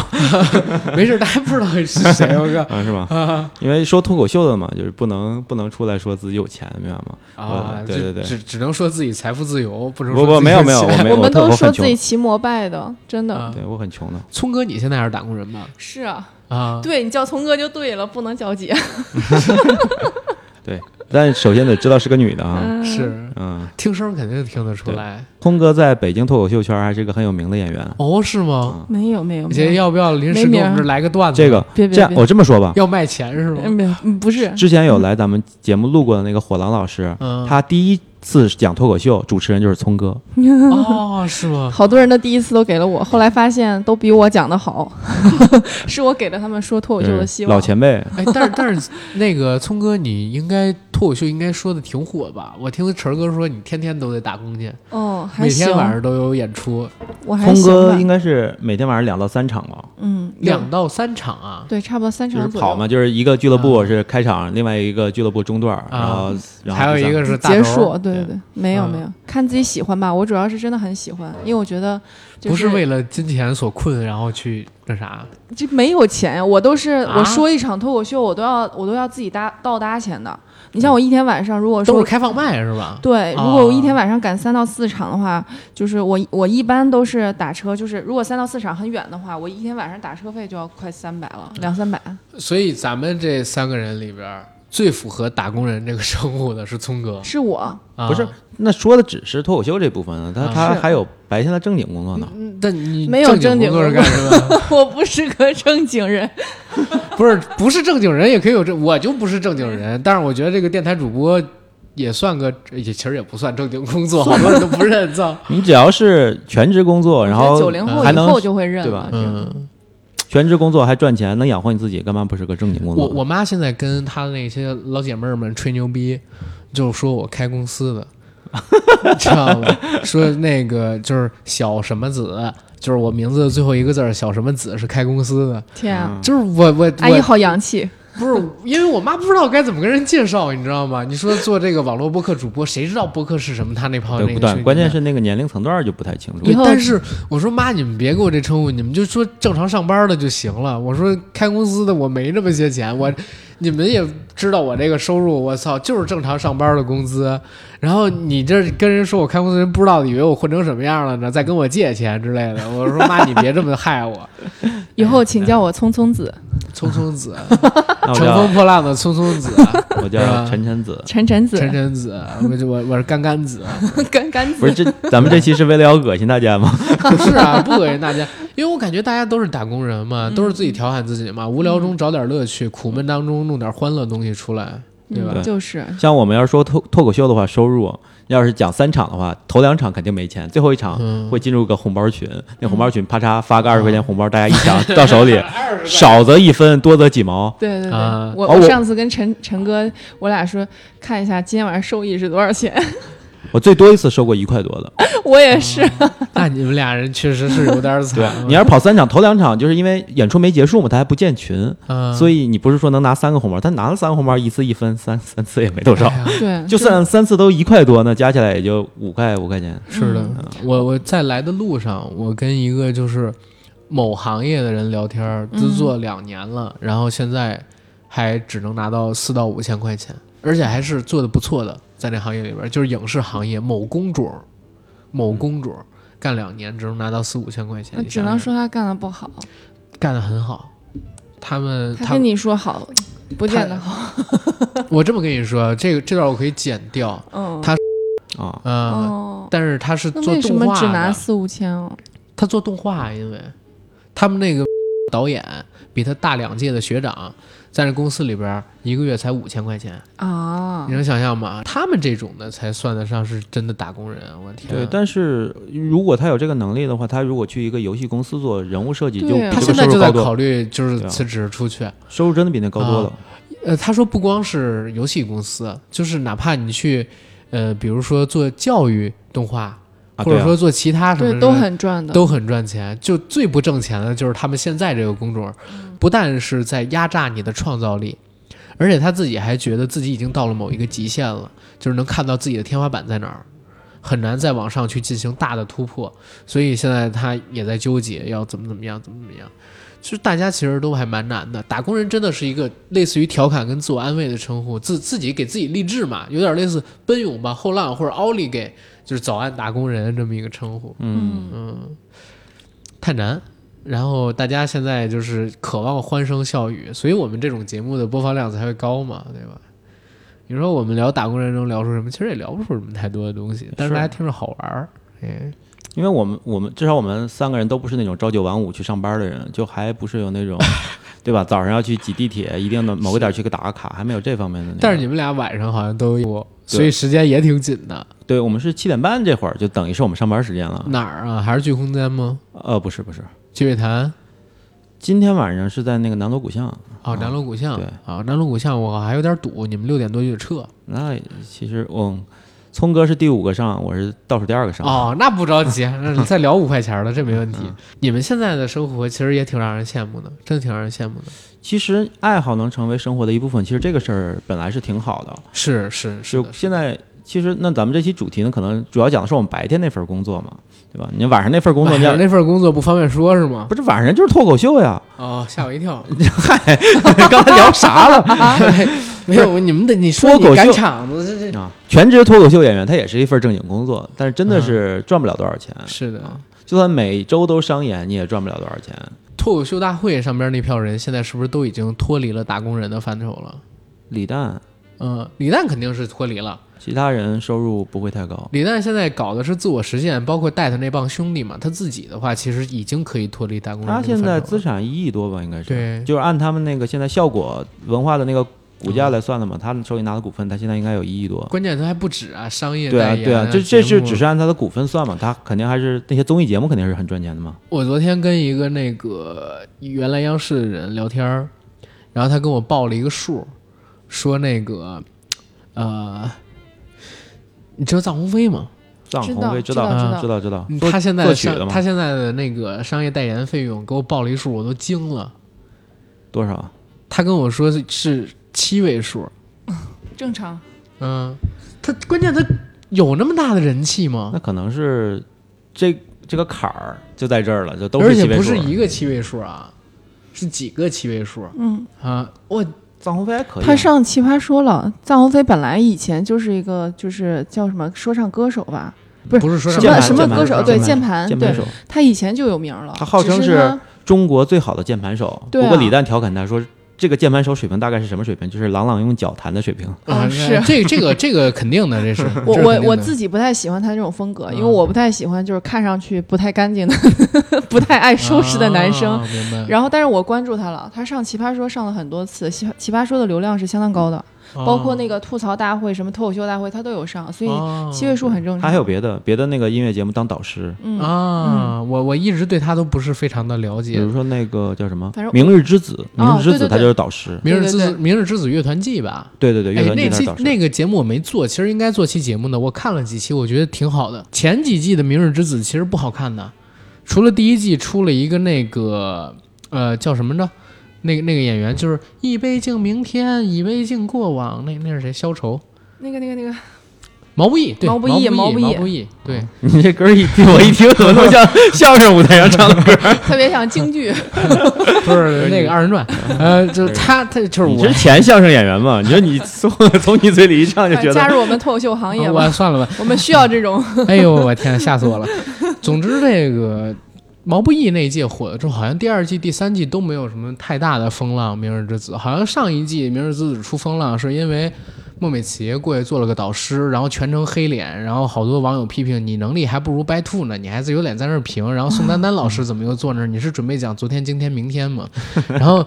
A: 没事，大家不知道是谁，我靠。
B: 啊，是吧？因为说脱口秀的嘛，就是不能不能出来说自己有钱，明白吗？
A: 啊，
B: 我对对对
A: 只只能说自己财富自由，不能说
B: 不不，
A: 自己
B: 没有没有，
A: 钱
B: 我没
C: 我
B: 我
C: 们
B: 特
C: 都
B: 我
C: 说
B: 很
C: 自
B: 穷
C: 己，骑摩拜的，真的、
A: 啊
B: 对我很穷的。
A: 聪哥，你现在还是打工人吧？
C: 是啊，
A: 啊，
C: 对你叫聪哥就对了，不能叫姐。
B: 对，但首先得知道是个女的啊。
A: 是
B: 嗯，
A: 听声肯定听得出来。
B: 空哥在北京脱口秀圈还是一个很有名的演员。
A: 哦，是吗？
C: 没有没有
A: 姐、
C: 嗯没有，
A: 要不要临时给我们这来个段子？
B: 这个
C: 别别
B: 这样，
C: 别
B: 我这么说吧，
A: 要卖钱是吗？
C: 嗯没有嗯不是
B: 之前有来咱们节目录过的那个火狼老师，
A: 嗯，
B: 他第一次讲脱口秀，主持人就是聪哥。
C: 嗯
A: 哦，是吗？
C: 好多人的第一次都给了我，后来发现都比我讲的好， 是我给了他们说脱口秀的希
B: 老
C: 望。
B: 前辈，
A: 哎，但 是但是那个聪哥，你应该脱口秀应该说的挺火吧？我听晨儿哥说你天天都得打工去，
C: 哦，还
A: 每
C: 行
A: 天，晚上都有演出，
C: 我还
B: 聪
C: 行
B: 哥
C: 吧
B: 应该是每天晚上两到三场吧，
C: 嗯有
A: 两到三场啊。
C: 对差不多三
B: 就是
C: 场左右
B: 跑嘛，就是一个俱乐部是开场，另外一个俱乐部中段，
C: 嗯
B: 然后然后
A: 还有一个
B: 第
A: 是大
C: 结
A: 头
C: 束，对对
B: 对
C: 对，没有
A: 嗯
C: 没有，看自己喜欢吧。我主要是真的很喜欢，因为我觉得就
A: 不是为了金钱所困，然后去那啥。
C: 这没有钱，我都是
A: 啊
C: 我说一场脱口秀，我都要我都要自己搭倒搭钱的。你像我一天晚上如果
A: 都
C: 说
A: 是开放麦是吧？
C: 对，如
A: 啊
C: 果我一天晚上赶三到四场的话，就是我我一般都是打车，就是如果三到四场很远的话，我一天晚上打车费就要快三百了，两三百。
A: 所以咱们这三个人里边儿，最符合打工人这个称呼的是聪哥，
C: 是我，
A: 啊、
B: 不是，那说的只是脱口秀这部分啊，他
A: 啊
B: 他
C: 嗯是
B: 还有白天的正经工作呢。
A: 嗯，但你
C: 没有
A: 正
C: 正经
A: 工作是干什么？
C: 我不是个正经人。
A: 不是，不是正经人也可以有正，我就不是正经人，但是我觉得这个电台主播也算个，也其实也不算正经工作，好多人都不认造。
B: 你只要是全职工作，然后
C: 九零后
B: 还
C: 以后
B: 能
C: 就会认
B: 对
C: 了
B: 吧。
C: 这个
A: 嗯，
B: 全职工作还赚钱，能养活你自己，干嘛不是个正经工
A: 我
B: 作？
A: 我妈现在跟她那些老姐妹儿们吹牛逼，就说我开公司 的，知道吗？说那个就是小什么子，就是我名字的最后一个字儿小什么子是开公司的，
C: 天啊，
A: 就是我我我
B: 嗯
C: 阿姨好洋气。
A: 不是，因为我妈不知道该怎么跟人介绍，你知道吗？你说做这个网络播客主播，谁知道播客是什么？他那泡
B: 对
A: 那
B: 不
A: 个
B: 断，
A: 群
B: 关键
A: 里
B: 是那个年龄层段就不太清 楚
A: 面。
C: 以后
A: 但是我说妈，你们别给我这称呼，你们就说正常上班的就行了。我说开公司的我没这么些钱，我你们也知道我这个收入，我操，就是正常上班的工资。然后你这跟人说我开公司，人不知道以为我混成什么样了呢，再跟我借钱之类的。我说妈，你别这么害 我，
C: 以后请叫我聪聪子、
A: 聪聪子，
B: 那我
A: 乘
B: 叫
A: 风破浪的聪聪子，
B: 我叫陈晨子，
C: 晨晨子、
A: 晨晨子，我就我我是干干子。
C: 干干
B: 不是
C: 子。
B: 这咱们这期是为了要恶心大家吗？
A: 是啊，不恶心大家，因为我感觉大家都是打工人嘛，都是自己调侃自己嘛，无聊中找点乐趣，苦闷当中弄点欢乐东西出来，对吧？
C: 嗯，就是
B: 像我们要是说脱脱口秀的话，收入要是讲三场的话，头两场肯定没钱，最后一场
A: 嗯
B: 会进入个红包群，那红包群啪嚓发个二十块钱红包，大家一 抢到手里，少则一分，多则几毛。
C: 对对对，
A: 啊
C: 我
B: 哦我
C: 我上次跟陈陈哥，我俩说看一下今天晚上收益是多 少钱，
B: 我最多一次收过一块多的。
A: 嗯
C: 我也是，
B: 嗯
A: 那你们俩人确实是有点惨
B: 对
A: 啊。
B: 你要是跑三场，头两场就是因为演出没结束嘛，他还不建群，
A: 嗯，
B: 所以你不是说能拿三个红包，他拿了三个红包，一次一分，三三次也没多少
A: 哎，呀
C: 对，
B: 就算三次都一块多，那加起来也就五块五块钱。
A: 是的
B: 嗯，
A: 我我在来的路上，我跟一个就是某行业的人聊天儿，
C: 嗯
A: 都做两年了，然后现在还只能拿到四到五千块钱，而且还是做的不错的，在那行业里边儿，就是影视行业某公主儿，某公主儿干两年只能拿到四五千块钱，
C: 那
A: 你
C: 嗯只
A: 想
C: 能
A: 想
C: 说他干的不好，
A: 干得很好。他们，
C: 他
A: 他
C: 跟
A: 们，
C: 你说好，不见得好，
A: 我这么跟你说，这个这段我可以剪掉。
C: 嗯，
A: 他
B: 啊，
A: 啊。
C: 哦，
A: 但是他是
C: 那
A: 做
C: 为什
A: 动
C: 么
A: 画
C: 只拿
A: 的，
C: 四五千啊？
A: 他做动画，因为他们那个 导演比他大两届的学长，在那公司里边儿一个月才五千块钱，
C: 啊
A: 你能想象吗？他们这种的才算得上是真的打工人，我天啊！
B: 对，但是如果他有这个能力的话，他如果去一个游戏公司做人物设计，就
C: 对啊
A: 他
B: 这
A: 现
B: 个
A: 在
B: 收
A: 就
B: 入
A: 在
B: 高多了，
A: 考虑就是
B: 对啊
A: 辞职出去。
B: 收入真的比那高多了。嗯
A: 呃，他说不光是游戏公司，就是哪怕你去，呃，比如说做教育动画，
B: 啊
A: 或者
B: 对啊
A: 说做其他什么
C: 对，
A: 的，
C: 都很赚的，
A: 都很赚钱。就最不挣钱的就是他们现在这个工种，
C: 嗯
A: 不但是在压榨你的创造力，而且他自己还觉得自己已经到了某一个极限了，就是能看到自己的天花板在哪儿，很难再往上去进行大的突破。所以现在他也在纠结要怎么怎么样，怎么怎么样。就是大家其实都还蛮难的，打工人真的是一个类似于调侃跟自我安慰的称呼，自自己给自己励志嘛，有点类似奔涌吧、后浪或者奥利给，就是早安打工人这么一个称呼。
B: 嗯，
A: 嗯，太难。然后大家现在就是渴望欢声笑语，所以我们这种节目的播放量才会高嘛，对吧？你说我们聊打工人能聊出什么？其实也聊不出什么太多的东西，但是
B: 是
A: 大家听着好玩儿。哎，
B: 因为我们我们至少我们三个人都不是那种朝九晚五去上班的人，就还不是 有那种，对吧？早上要去挤地铁，一定的某个点儿去给打个卡，还没有这方面的那个。
A: 但是你们俩晚上好像都有，所以时间也挺紧的。
B: 对我们是七点半这会儿，就等于是我们上班时间了。
A: 哪儿啊？还是聚空间吗？
B: 呃，不是不是，
A: 聚月潭？
B: 今天晚上是在那个南锣鼓巷。
A: 哦，南锣鼓巷。
B: 对
A: 啊，南锣鼓巷我还有点堵，你们六点多就撤。
B: 那其实我、聪哥是第五个上，我是倒数第二个上。
A: 哦，那不着 急，那再聊五块钱的，这没问题。你们现在的生活其实也挺让人羡慕的，真的挺让人羡慕的。
B: 其实爱好能成为生活的一部分，其实这个事儿本来是挺好的。
A: 是是是
B: 就
A: 的，
B: 现在，其实那咱们这期主题呢，可能主要讲的是我们白天那份工作嘛，对吧？你晚上那份工作，
A: 晚
B: 你要
A: 上那份工作不方便说是吗？
B: 不是晚上人就是脱口秀呀？
A: 哦，吓我一跳。
B: 嗨，刚才聊啥 了？
A: 没有，你们得你说
B: 脱
A: 你
B: 口秀
A: 赶场子，这这
B: 啊，全职脱口秀演员，他也是一份正经工作，但是真的是赚不了多少钱。
A: 是的。
B: 就算每周都商演，你也赚不了多少钱。
A: 脱口秀大会上边那票人，现在是不是都已经脱离了打工人的范畴了？
B: 李诞，
A: 嗯，李诞肯定是脱离了。
B: 其他人收入不会太高。
A: 李诞现在搞的是自我实现，包括带他那帮兄弟嘛。他自己的话，其实已经可以脱离打工人这个
B: 他
A: 范畴
B: 现
A: 了。
B: 在资产一亿多吧，应该是。
A: 对
B: 就是按他们那个现在效果文化的那个股价
A: 嗯
B: 来算的嘛，他手里拿的股份，他现在应该有一亿多。
A: 关键他还不止啊，商业
B: 对啊
A: 代，言
B: 对啊，这这
A: 节
B: 是
A: 目
B: 只是按他的股份算嘛，他肯定还是那些综艺节目肯定是很赚钱的嘛。
A: 我昨天跟一个那个原来央视的人聊天儿，然后他跟我报了一个数，说那个呃，你知道臧鸿飞吗？
B: 藏
C: 知
B: 红
C: 道
B: 会
C: 知
B: 道
A: 道
B: 知道知道，做
A: 他现在
B: 作
A: 的
B: 曲的
A: 商
B: 嘛
A: 他现在的那个商业代言费用给我报了一数，我都惊了。
B: 多少？啊
A: 他跟我说是是七位数，
C: 正常。
A: 嗯，他关键他有那么大的人气吗
B: 那？可能是这这个坎儿就在这儿了，就都
A: 而
B: 是
A: 且
B: 七位
A: 不
B: 数
A: 是
B: 了。
A: 一个七位数啊，是几个七位数
C: 嗯，
A: 啊？我
B: 藏红飞还可以啊，
C: 他上《奇葩说》了。臧鸿飞本来以前就是一个，就是叫什么说唱歌手吧，不是
A: 不是说
C: 什
B: 键
C: 么
B: 盘
C: 什么
B: 键盘
C: 歌
B: 手
C: 手，对
B: 键
C: 键盘，
B: 键盘
C: 对
B: 手，
C: 他以前就有名了。
B: 他号称
C: 只
B: 是
A: 嗯
C: 他
B: 中国最好的键盘手。
C: 对
B: 不
C: 啊
B: 过李诞调侃他说，这个键盘手水平大概是什么水平？就是朗朗用脚弹的水平。
C: 啊
A: 啊，
C: 是
A: 这这个这个肯定的，这是
C: 我我我
A: 己
C: 自己不太喜欢他这种风格，因为
A: 嗯
C: 我不太喜欢就是看上去不太干净的、 不太爱收拾的男生。
A: 啊、明白。
C: 然后，但是我关注他了，他上《奇葩说》上了很多次，《奇奇葩说》的流量是相当高的，
A: 哦
C: 包括那个吐槽大会、什么脱口秀大会，他都有上，所以
A: 个
C: 七位数很正
B: 他
C: 常。
B: 还有别的别的那个音乐节目当导师，
C: 嗯，
A: 啊，我我一直对他都不是非常的了
B: 比
A: 解。
B: 如说那个叫什么
C: 反正
B: 《明日之子》，《明
C: 哦
B: 日之子
C: 对对》
B: 他
C: 对
B: 就是导师。
A: 明日
C: 对
A: 之
C: 对
A: 子，
C: 对
A: 明日之子乐团季吧。
B: 对对对，乐
A: 哎，
B: 团
A: 那
B: 吉他是
A: 期
B: 导师。
A: 那个节目我没做，其实应该做期节目的。我看了几期，我觉得挺好的。前几季的《明日之子》其实不好看的，除了第一季出了一个那个呃叫什么呢？那个那个演员就是一杯敬明天，一杯敬过往。那那是谁？消愁，
C: 那个、那个、那个，
A: 毛不易，对，
C: 毛
A: 毛
C: 不易毛
A: 不
C: 不
A: 易，
C: 易
A: 毛不易，对。
B: 你这歌一听，我一听怎么那么像相声舞台上唱的歌？
C: 特别像京剧，
A: 不 是那个二人转，呃，就是他，他就是
B: 你
A: 我
B: 之，前相声演员嘛？你说 你从从你嘴里一 唱就觉
C: 加
B: 得
C: 入我们脱口秀行业
A: 我
C: 吧，
A: 算 了吧，
C: 我们需要这种。
A: 哎呦，我天，吓死我了。总之，这个毛不易那一届火了之后，好像第二季、第三季都没有什么太大的风浪，《明日之子》好像上一季《明日之子》出风浪是因为孟美岐过去做了个导师，然后全程黑脸，然后好多网友批评你能力还不如白兔呢，你还是有脸在那儿评。然后宋丹丹老师怎么又坐那儿？你是准备讲昨天、今天、明天吗？ 然后、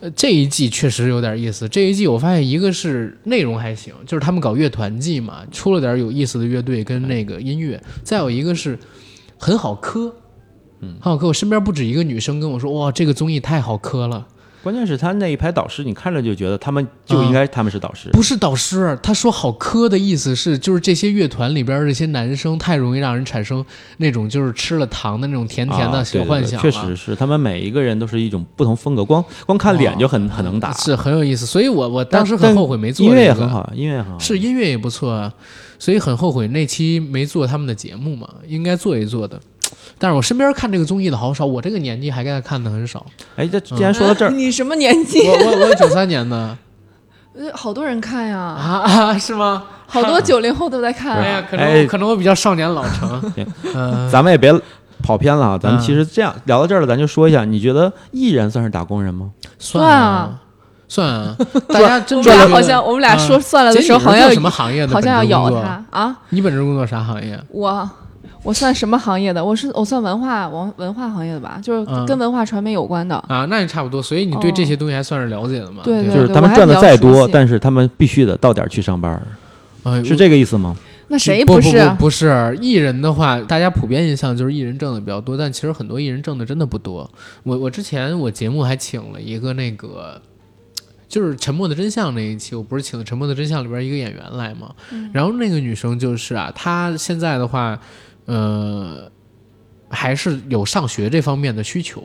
A: 呃这一季确实有点意思。这一季我发现一个是内容还行，就是他们搞乐团季嘛，出了点有意思的乐队跟那个音乐。再有一个是很好磕，嗯，很好磕。我身边不止一个女生跟我说，哇，这个综艺太好磕了。
B: 关键是他那一排导师，你看着就觉得他们就应该他们是导师，
A: 嗯
B: 啊
A: 不是导师，他说好磕的意思是，就是这些乐团里边儿这些男生太容易让人产生那种就是吃了糖的那种甜甜
B: 啊
A: 的
B: 对
A: 小
B: 对
A: 幻
B: 对
A: 想、
B: 确实。是他们每一个人都是一种不同风格，光光看脸就很很能打，
A: 哦是很有意思，所以我我
B: 但
A: 当时很后悔没做、
B: 音乐也很，好，音乐也很好，
A: 是音乐也不错啊，所以很后悔那期没做他们的节目嘛，应该做一做的。但是我身边看这个综艺的好少，我这个年纪还在看的很少。
B: 哎，这
A: 嗯
B: 既然 说到这儿，
C: 你什么年纪？
A: 我我我九三年 的
C: 呃好多人
A: 啊
C: 看呀，
A: 啊，是吗？
C: 好多九零后都在看
A: 哎
C: 啊。
A: 呀，可能、
B: 哎
A: 可能我比较少年老成
B: 行。
A: 嗯、
B: 咱们也别跑偏了啊，咱们
A: 嗯
B: 其实这样聊到这儿了，咱就说一下，你觉得艺人算是打工人吗？
A: 算
C: 啊，
A: 算啊， 大家真
C: 我
A: 的
C: 们俩
A: 觉
C: 好
A: 得
C: 像我们俩
A: 嗯
C: 说算了的时候，
A: 姐你是
C: 好像
A: 做什么行业的？
C: 好像要咬。他啊！
A: 你本职工作啥行业？
C: 我我算什么行业的？我是我算文化文文化行业的吧，就是
A: 嗯
C: 跟文化传媒有关的。
A: 啊，那也差不多，所以你对
C: 哦
A: 这些东西还算是了解的嘛？
C: 对
A: 吧
B: 就是他
C: 我
B: 们
C: 还
B: 赚的
C: 比较
B: 再
C: 熟
B: 多，
C: 悉
B: 但是他们必须得到点儿去上班儿，
A: 哎
B: 是这个意思吗？
C: 那谁
A: 不
C: 是？啊
A: 不不不是艺人的话，大家普遍印象就是艺人挣的比较多，但其实很多艺人挣的真的不多。我我之前我节目还请了一个那个。就是《沉默的真相》那一期，我不是请了《沉默的真相》里边一个演员来嘛，
C: 嗯
A: 然后那个女生就是啊，她现在的话，呃，还是有上学这方面的需求，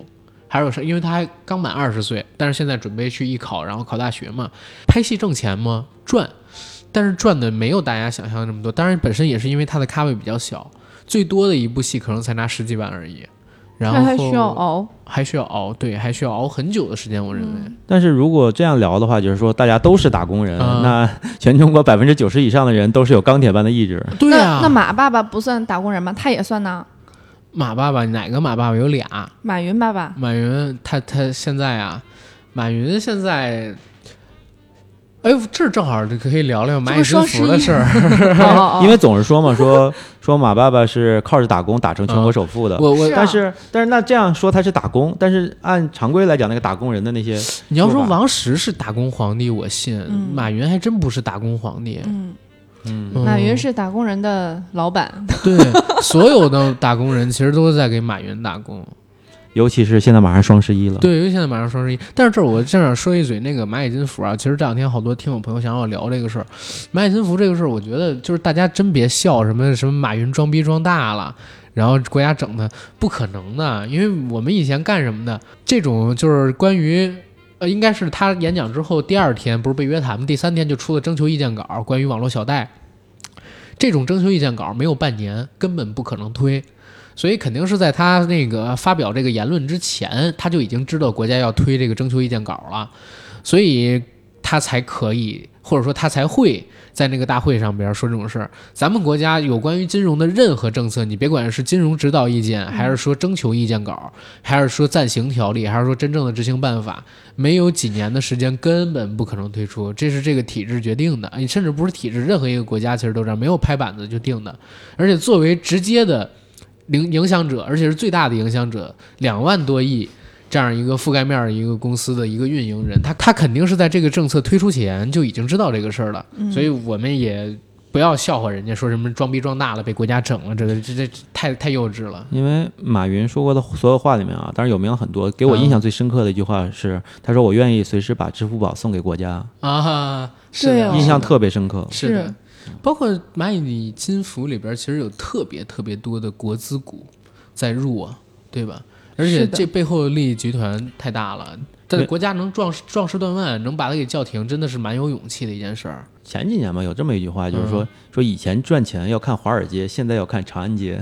A: 还是有上，因为她还刚满二十岁，但是现在准备去艺考，然后考大学嘛，拍戏挣钱吗？赚，但是赚的没有大家想象的那么多。当然，本身也是因为他的咖位比较小，最多的一部戏可能才拿十几万而已。然
C: 那
A: 后
C: 还需要熬。
A: 还需要熬，对，还需要熬很久的时间，我认为。
C: 嗯
B: 但是如果这样聊的话，就是说大家都是打工人，
A: 嗯
B: 那 全中国百分之九十以上的人都是有钢铁般的意志。
A: 对啊，
C: 那那马爸爸不算打工人吗？他也算呢。
A: 马爸爸哪个马爸爸有俩？
C: 马云 爸爸，
A: 马云他他现在啊，马云现在，哎，这儿正好就可以聊聊蚂蚁
C: 这
A: 金
C: 不
A: 服
C: 双
A: 的
C: 十一
A: 事儿。
C: 哦
B: 因为总是说嘛，说说马爸爸是靠着打工打成全国首富的。
A: 我我
C: 是啊
B: 但是但是那这样说他是打工，但是按常规来讲，那个打工人的那些
A: 你要说
B: 说吧
A: 王石是打工皇帝，我信；
C: 嗯
A: 马云还真不是打工皇帝。
C: 嗯，
A: 嗯
C: 马云是打工人的老板，
A: 对所有的打工人其实都是在给马云打工。
B: 尤其是现在马上双十一了，
A: 对，因为现在马上双十一，但是这儿我正想说一嘴，那个蚂蚁金服啊，其实这两天好多听友朋友想让我聊这个事儿，蚂蚁金服这个事儿，我觉得就是大家真别笑什么什么马云装逼装大了。然后国家整的不可能的，因为我们以前干什么的，这种就是关于，呃，应该是他演讲之后第二天不是被约谈吗？第三天就出了征求意见稿，关于网络小贷，这种征求意见稿没有半年，根本不可能推。所以肯定是在他那个发表这个言论之前，他就已经知道国家要推这个征求意见稿了，所以他才可以，或者说他才会在那个大会上边说这种事儿。咱们国家有关于金融的任何政策，你别管是金融指导意见，还是说征求意见稿，还是说暂行条例，还是说真正的执行办法，没有几年的时间根本不可能推出，这是这个体制决定的。你甚至不是体制，任何一个国家其实都这样，没有拍板子就定的。而且作为直接的影影响者，而且是最大的影响者，两万多亿这样一个覆盖面儿的一个公司的一个运营人，他他肯定是在这个政策推出前就已经知道这个事儿了，所以我们也。不要笑话人家说什么装逼装大了被国家整了，这个这这太太幼稚了。
B: 因为马云说过的所有话里面啊，当然有名很多，给我
A: 啊
B: 印象最深刻的一句话是，他说我愿意随时把支付宝送给国家，
A: 啊，是的
C: 对哦
B: 印象特别深刻。
A: 是的，包括蚂蚁金服里边，其实有特别特别多的国资股在入啊，对吧？而且
C: 是的
A: 这背后的利益集团太大了，但是
B: 对
A: 国家能壮士壮士断腕，能把它给叫停，真的是蛮有勇气的一件事儿。
B: 前几年嘛，有这么一句话，就是
A: 嗯
B: 说、说以前赚钱要看华尔街，现在要看长 安街。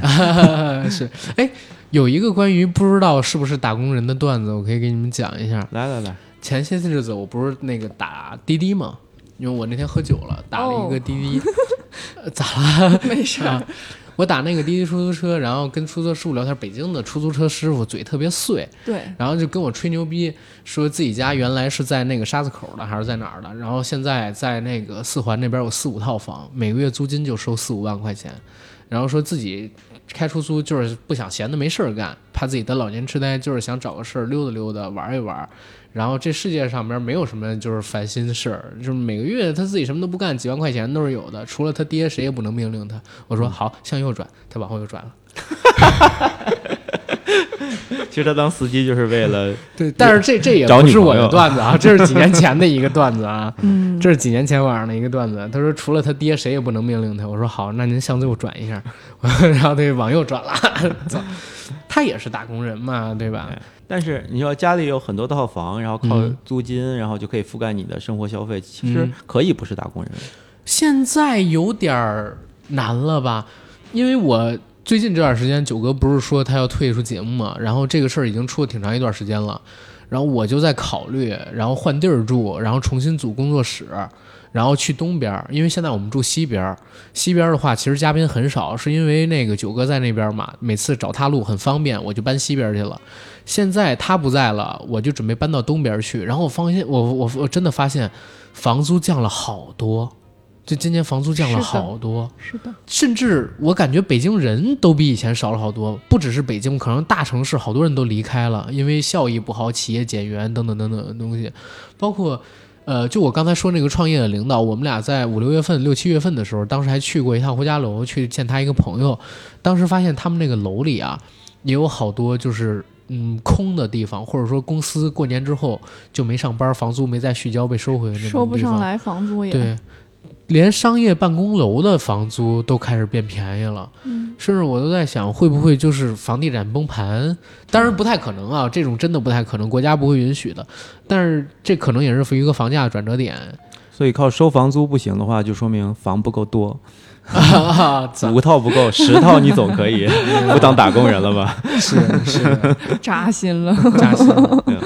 A: 是，哎，有一个关于不知道是不是打工人的段子，我可以给你们讲一下。
B: 来来来，
A: 前些日子我不是那个打滴滴嘛， 因为我那天喝酒了，打了一个滴滴，呃咋了？
C: 哦没事儿
A: 啊我打那个滴滴出租车，然后跟出租车师傅聊天，北京的出租车师傅嘴特别碎，
C: 对，
A: 然后就跟我吹牛逼，说自己家原来是在那个沙子口的，还是在哪儿的，然后现在在那个四环那边有四五套房，每个月租金就收四五万块钱，然后说自己开出租就是不想闲的没事儿干，怕自己得老年痴呆，就是想找个事儿溜达溜达，玩一玩。然后这世界上面没有什么就是烦心事儿，就是每个月他自己什么都不干，几万块钱都是有的，除了他爹，谁也不能命令他。我说好，向右转，他往后又转了。
B: 其实他当司机就是 为了
A: 对，但是这这也
B: 找
A: 不
B: 女
A: 是我
B: 朋
A: 的
B: 友
A: 段子啊，这是几年前的一个段子 啊，
C: 嗯，
A: 这是几年前晚上的一个段子。他说除了他爹，谁也不能命令他。我说好，那您向右转一下， 然后他就往右转了。 走，他也是打工人嘛，对吧？
B: 但是你说家里有很多套房，然后靠
A: 嗯
B: 租金，然后就可以覆盖你的生活消费，其实可以不是打工人。
A: 现在有点儿难了吧？因为我最近这段时间，九哥不是说他要退出节目嘛，然后这个事儿已经出了挺长一段时间了，然后我就在考虑，然后换地儿住，然后重新组工作室，然后去东边儿，因为现在我们住西边儿，西边儿的话其实嘉宾很少，是因为那个九哥在那边嘛，每次找他录很方便，我就搬西边儿去了。现在他不在了，我就准备搬到东边儿去，然后我发现我我我真的发现房租降了好多。就今年房租降了
C: 是的
A: 好多，
C: 是的，
A: 甚至我感觉北京人都比以前少了好多，不只是北京，可能大城市好多人都离开了，因为效益不好，企业减员等等等等的东西，包括。呃，就我刚才说那个创业的领导，我们俩在五六月份、六七月份的时候，当时还去过一趟胡家楼去见他一个朋友，当时发现他们那个楼里啊，也有好多就是嗯空的地方，或者说公司过年之后就没上班，房租没再续交被收回的那种地方，
C: 收不上来房租也，
A: 对，连商业办公楼的房租都开始变便宜了，
C: 嗯，
A: 甚至我都在想，会不会就是房地产崩盘？当然不太可能啊，这种真的不太可能，国家不会允许的。但是这可能也是一个房价的转折点。
B: 所以靠收房租不行的话，就说明房不够多，
C: 嗯
A: 啊，咋
B: 五套不 够，十套你总可以不当打工人了吧？
A: 是是的，
C: 扎心了，
A: 扎心 了
B: 对。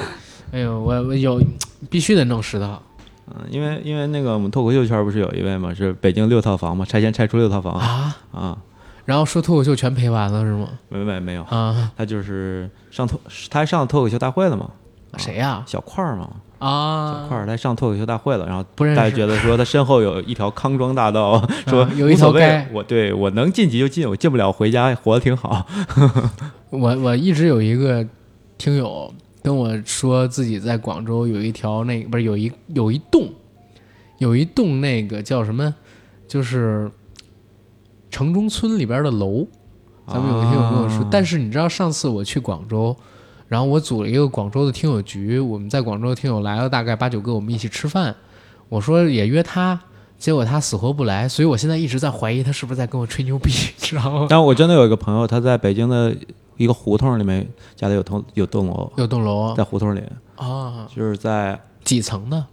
A: 哎呦，我我有必须得弄十套。
B: 嗯， 因为因为那个我们脱口秀圈不是有一位嘛，是北京六套房嘛，拆迁拆出六套房
A: 啊，
B: 啊，
A: 然后说脱口秀全赔完了是吗？
B: 没没没有，
A: 啊，
B: 他就是上脱他上脱口秀大会了嘛，
A: 谁呀、
B: 小块儿嘛，
A: 啊？
B: 小块儿他上脱口秀大会了，然后
A: 不认识嗯
B: 大家觉得说他身后有一条康庄 大道，说
A: 有一条
B: 无所谓
A: 街
B: 我对我能晋级就进，我进不了回家，活得挺好。
A: 我我一直有一个听友跟我说，自己在广州有一条那不是有一有一栋，有一栋那个叫什么，就是城中村里边的楼。咱们有个听友跟我说，
B: 啊
A: 但是你知道上次我去广州，然后我组了一个广州的听友局，我们在广州的听友来了大概八九个，我们一起吃饭。我说也约他，结果他死活不来，所以我现在一直在怀疑他是不是在跟我吹牛逼， 知道吗？
B: 但我真的有一个朋友，他在北京的一个胡同里面，家里有
A: 哦
B: 栋有栋楼，
A: 有栋楼
B: 在胡同里，
A: 啊，
B: 就是在
A: 几层的？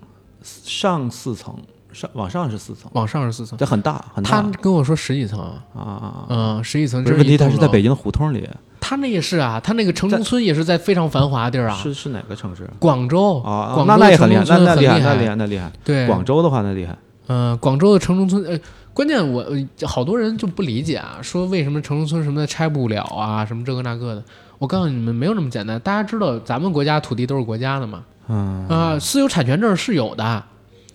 B: 上四层，上往上是四层，
A: 往上是四层。
B: 这很大很大
A: 嗯他跟我说十几层，
B: 啊啊啊！
A: 嗯，十几层。
B: 不是
A: 这
B: 问题，
A: 一栋
B: 他
A: 楼
B: 是在北，京的胡同里，
A: 他那也是啊，他那个城中村也是在非常繁华的地儿啊，
B: 是是哪个城市？
A: 广州
B: 啊，啊
A: 广
B: 那
A: 州
B: 那
A: 的
B: 也很
A: 城
B: 厉害
A: 中，
B: 那
A: 村
B: 那
A: 厉
B: 厉害，那厉害，那厉害。
A: 对，
B: 广州的话，那厉害。
A: 嗯，广州的城中村，呃，关键我呃好多人就不理解啊，说为什么城中村什么的拆不了啊，什么这个那个的。我告诉你们，没有那么简单。大家知道咱们国家土地都是国家的嘛，
B: 嗯，
A: 啊、私有产权证是有的，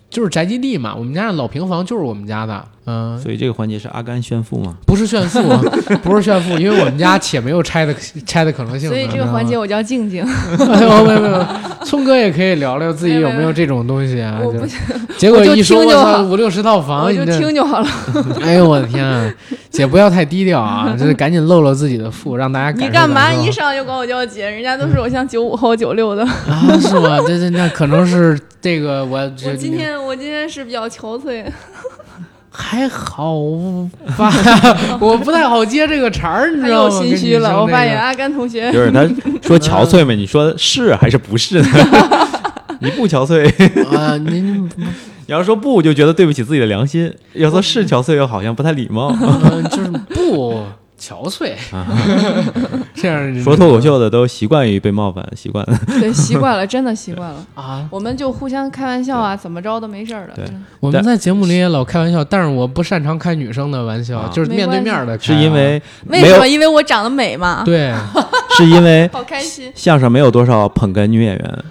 A: 就是宅基地嘛。我们家的老平房就是我们家的，嗯、
B: 所以这个环节是阿甘炫富 嘛？
A: 不是炫富，啊 不是炫富，因为我们家且没有拆的拆的可能性。
C: 所以这个环节我叫静 静，
A: 你知道吗，没有没有，聪哥也可以聊聊自己有没有这种东西啊？
C: 我
A: 就
C: 不
A: 结果一说
C: 我就听就好
A: 操五六十套房，
C: 我
A: 你
C: 就
A: 这，
C: 听就好了。
A: 哎呦我的天啊！姐不要太低调啊，就是赶紧露露自己的 富，让大家感
C: 你
A: 受
C: 干嘛
A: 感受
C: 一上来就管我叫姐？人家都是我像九五后、九六的。
A: 啊？是吗？这这那可能是这 个我
C: 我
A: 我
C: 今天我今天是比较憔悴，
A: 还好吧， 我不太好接这个茬儿，你
C: 他
A: 知道
C: 又
A: 吗？跟
C: 心
A: 你
C: 虚了。
A: 说
C: 我
A: 这
C: 发
A: 个
C: 现阿甘同学
B: 就是他说憔悴嘛，你说是还是不 是呢？你不憔悴，
A: 啊，您
B: 你要说不，就觉得对不起自己的良心；要说是憔悴，又好像不太礼貌。
A: 嗯嗯，就是不，憔悴，
B: 啊，
A: 这样
B: 说脱口秀的都习惯于被冒犯， 习惯了。
C: 对，习惯了，真的习惯了。
A: 啊。
C: 我们就互相开玩笑啊，怎么着都没事儿的。
B: 对
C: 真的
A: 我们在节目里也老开玩笑，但是我不擅长开女生的玩笑，
B: 啊
A: 就是面对面的开
B: 是
A: 啊、
B: 因为
C: 为
B: 没
C: 什
B: 有
C: 么？，因为我长得美嘛。
A: 对
B: 是因为
C: 好开心。
B: 相声没有多少捧哏女演员，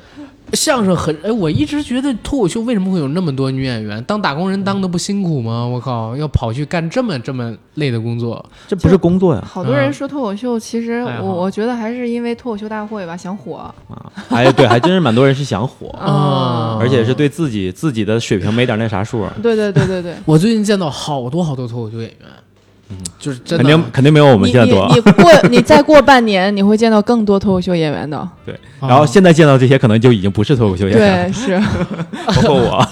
A: 相声很哎，我一直觉得脱口秀为什么会有那么多女演员？当打工人当的不辛苦吗？我靠，要跑去干这么这么累的工作，
B: 这不是工作呀！
C: 好多人说脱口秀，其实
A: 嗯哎呀
C: 我我觉得还是因为脱口秀大会吧，想火。
B: 啊，哎，对，还真是蛮多人是想火，
A: 啊
B: 而且是对自己自己的水平没点那啥数，
C: 对对对对 对。
A: 我最近见到好多好多脱口秀演员，就是真的
B: 嗯肯定肯定没有我
C: 我
B: 们现在
A: 啊
B: 多
C: 你。你你过你再过半年，你会见到更多脱口秀演员的。
B: 对，然后现在见到这些可能就已经不是脱口秀演员了，
C: 对，是
B: 包括我。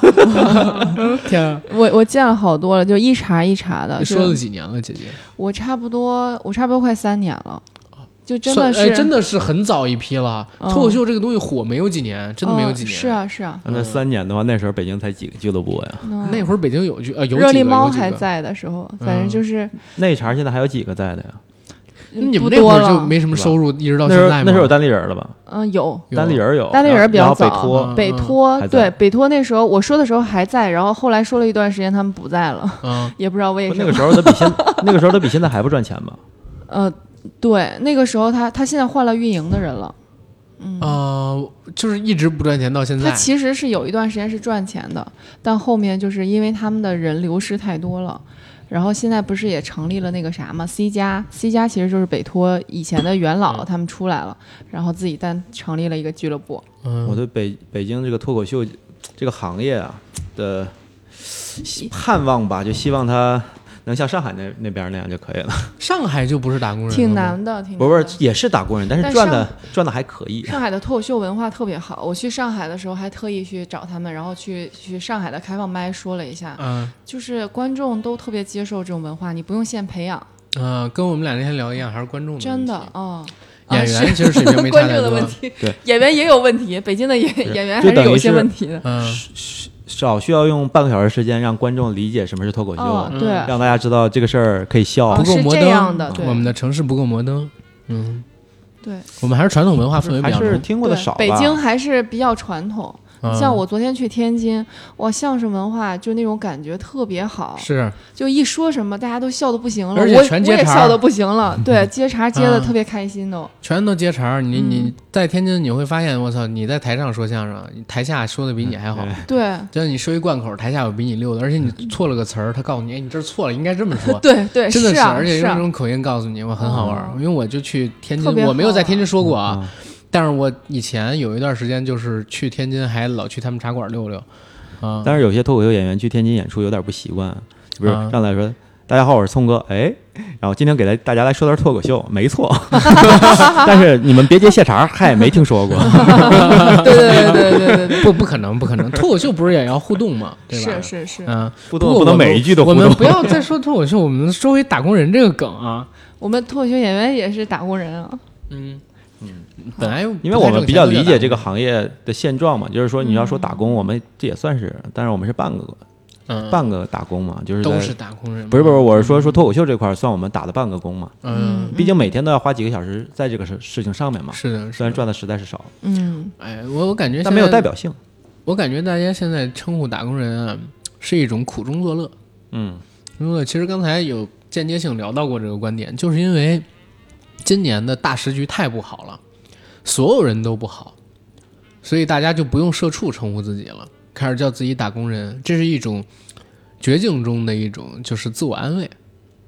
A: 天、啊，
C: 我我见了好多了，就一茬一茬的。
A: 说了
C: 就
A: 几年了，姐姐，
C: 我差不多，我差不多快三年了，就真的
A: 算哎
C: 是
A: 真的是很早一批了。
C: 嗯
A: 脱口秀这个东西火没有几年，真的没有
C: 嗯
A: 几年。
C: 是，啊是啊，
B: 那三年的话，那时候北京才几个俱乐部呀？
C: 嗯
A: 那会儿北京有句呃有几个
C: 热力猫
A: 有
C: 还
A: 几个
C: 在的时候，反正就是
B: 那茬儿现在还有几个在的呀？
A: 嗯你
C: 不
A: 们那会
C: 多
A: 儿就
C: 了。
A: 没什么收入，一直到
B: 那
A: 现
B: 时候
A: 在吗？
B: 那时候有单立人儿了吧？
C: 嗯，有
A: 有啊
B: 单立人儿有，
C: 单立人儿比
B: 哦然
C: 较
B: 后
C: 早啊
B: 然
A: 嗯
B: 后北托
C: 北
B: 还
C: 托，
B: 在
C: 对北托那时候我说的时候还在，然后后来说了一段时间他们不在了，
A: 嗯，
C: 也不知道为
B: 不
C: 什
B: 那
C: 么
B: 个。时候他 比现那个时候他比现在还不赚钱吧？
C: 呃，对，那个时候他他现在换了运营的人了，嗯，
A: 呃，就是一直不赚钱到现
C: 他
A: 在。
C: 其实是有一段时间是赚钱的，但后面就是因为他们的人流失太多了。然后现在不是也成立了那个啥嘛，C 加 C 加其实就是北托以前的元
B: 嗯
C: 老他们出来了，然后自己单成立了一个俱乐部。
A: 嗯
B: 我对北北京这个脱口秀这个行业啊的盼望吧，就希望它能像上海那那边那样就可以了。
A: 上海就不是打工人了吗，
C: 挺难的，挺难的
B: 不是，也是打工人，但是
C: 嗯但
B: 赚
C: 上
B: 的赚的还可以。
C: 上海的脱口秀文化特别好，我去上海的时候还特意去找他们，然后去去上海的开放麦说了一下，
A: 嗯。
C: 就是观众都特别接受这种文化，你不用现培养，
A: 嗯、跟我们俩那天聊一样，还是观众的问
C: 真
A: 题
C: 的哦。
A: 演
C: 啊
A: 员
C: 是
A: 其实水 平没差
C: 观
A: 太
C: 众的
A: 多
C: 问。题，
B: 对
C: 演员也有问题，北京的演演员
B: 就
C: 还是
B: 等于
C: 有一些
B: 是
C: 问题的。
A: 嗯，
B: 少需要用半个小时时间让观众理解什么是脱口秀，啊
C: 哦，对，
B: 让大家知道这个事儿可以笑。啊
C: 哦
A: 不够
C: 是
A: 摩
C: 这
A: 登
C: 样的，对
A: 我们的城市不够摩登。嗯，
C: 对
A: 我们还是传统文化氛围比
B: 还
A: 较
B: 是
A: 浓。
B: 听过的
C: 对
B: 少吧？
C: 北京还是比较传统。
A: 嗯
C: 像我昨天去天津，哇，相声文化就那种感觉特别好，
A: 是
C: 就一说什么大家都笑的不行了，
A: 而且
C: 我
A: 全
C: 我
A: 接
C: 也
A: 茬儿
C: 笑的不行 了，对，接茬接的
A: 嗯
C: 特别开心都。
A: 全都接茬儿，你
C: 嗯
A: 你在天津你会发现，我操，你在台上说相声，你台下说的比你还好。
C: 对。
A: 就是你说一贯口，台下有比你溜的，而且你错了个词儿，他告诉你，哎，你这儿错了，应该这么说
C: 对对，
A: 真的
C: 是
A: 是，
C: 啊
A: 而且
C: 是
A: 用这
C: 啊，
A: 种口音告诉你，我很好玩儿。
C: 哦
A: 因为我就去天津
C: 特别，好
A: 我没有在天津说过啊，
B: 啊，
A: 但是我以前有一段时间就是去天津，还老去他们茶馆溜溜。啊，
B: 嗯但是有些脱口秀演员去天津演出有点不习惯，就比如
A: 啊
B: 上来说。大家好，我是聪哥，哎，然后今天给大大家来说点脱口秀，没错，但是你们别接谢茬儿，嗨，没 听说过，
C: 对对对对对对对，
A: 不，不可能，不可能，脱口秀不是也要互动吗？对吧？
C: 是是是，
A: 嗯，
B: 不
A: 过
B: 能不
A: 我
B: 能
A: 们
B: 每一句都
A: 我
B: 互
A: 们
B: 动。
A: 不要再说脱口秀，我们说回打工人这个梗啊。
C: 我们脱口秀演员也是打工人啊，
A: 嗯嗯，本来
B: 因为我们比较理解这
A: 个，
B: 个行业的现状
A: 嗯
B: 嘛，就是说你要说打工，我们这也算是，但是我们是半个
A: 嗯，
B: 半个打工嘛，就是
A: 都
B: 在
A: 是打工人，
B: 不是不是，，我是说说脱口秀这块儿算我们打的半个工嘛，
A: 嗯，
B: 毕竟每天都要花几个小时在这个事事情上面嘛，
A: 是的，
B: 嗯虽
A: 是
B: 然
A: 的。
B: 赚的实在是少，
C: 嗯，
A: 哎，我我感觉
B: 但
A: 现
B: 没有
A: 在
B: 代表性。
A: 我感觉大家现在称呼打工人啊，是一种苦中作乐。
B: 嗯，
A: 苦中作乐，其实刚才有间接性聊到过这个观点，就是因为今年的大时局太不好了，所有人都不好，所以大家就不用社畜称呼自己了，开始叫自己打工人，这是一种绝境中的一种就是自我安慰，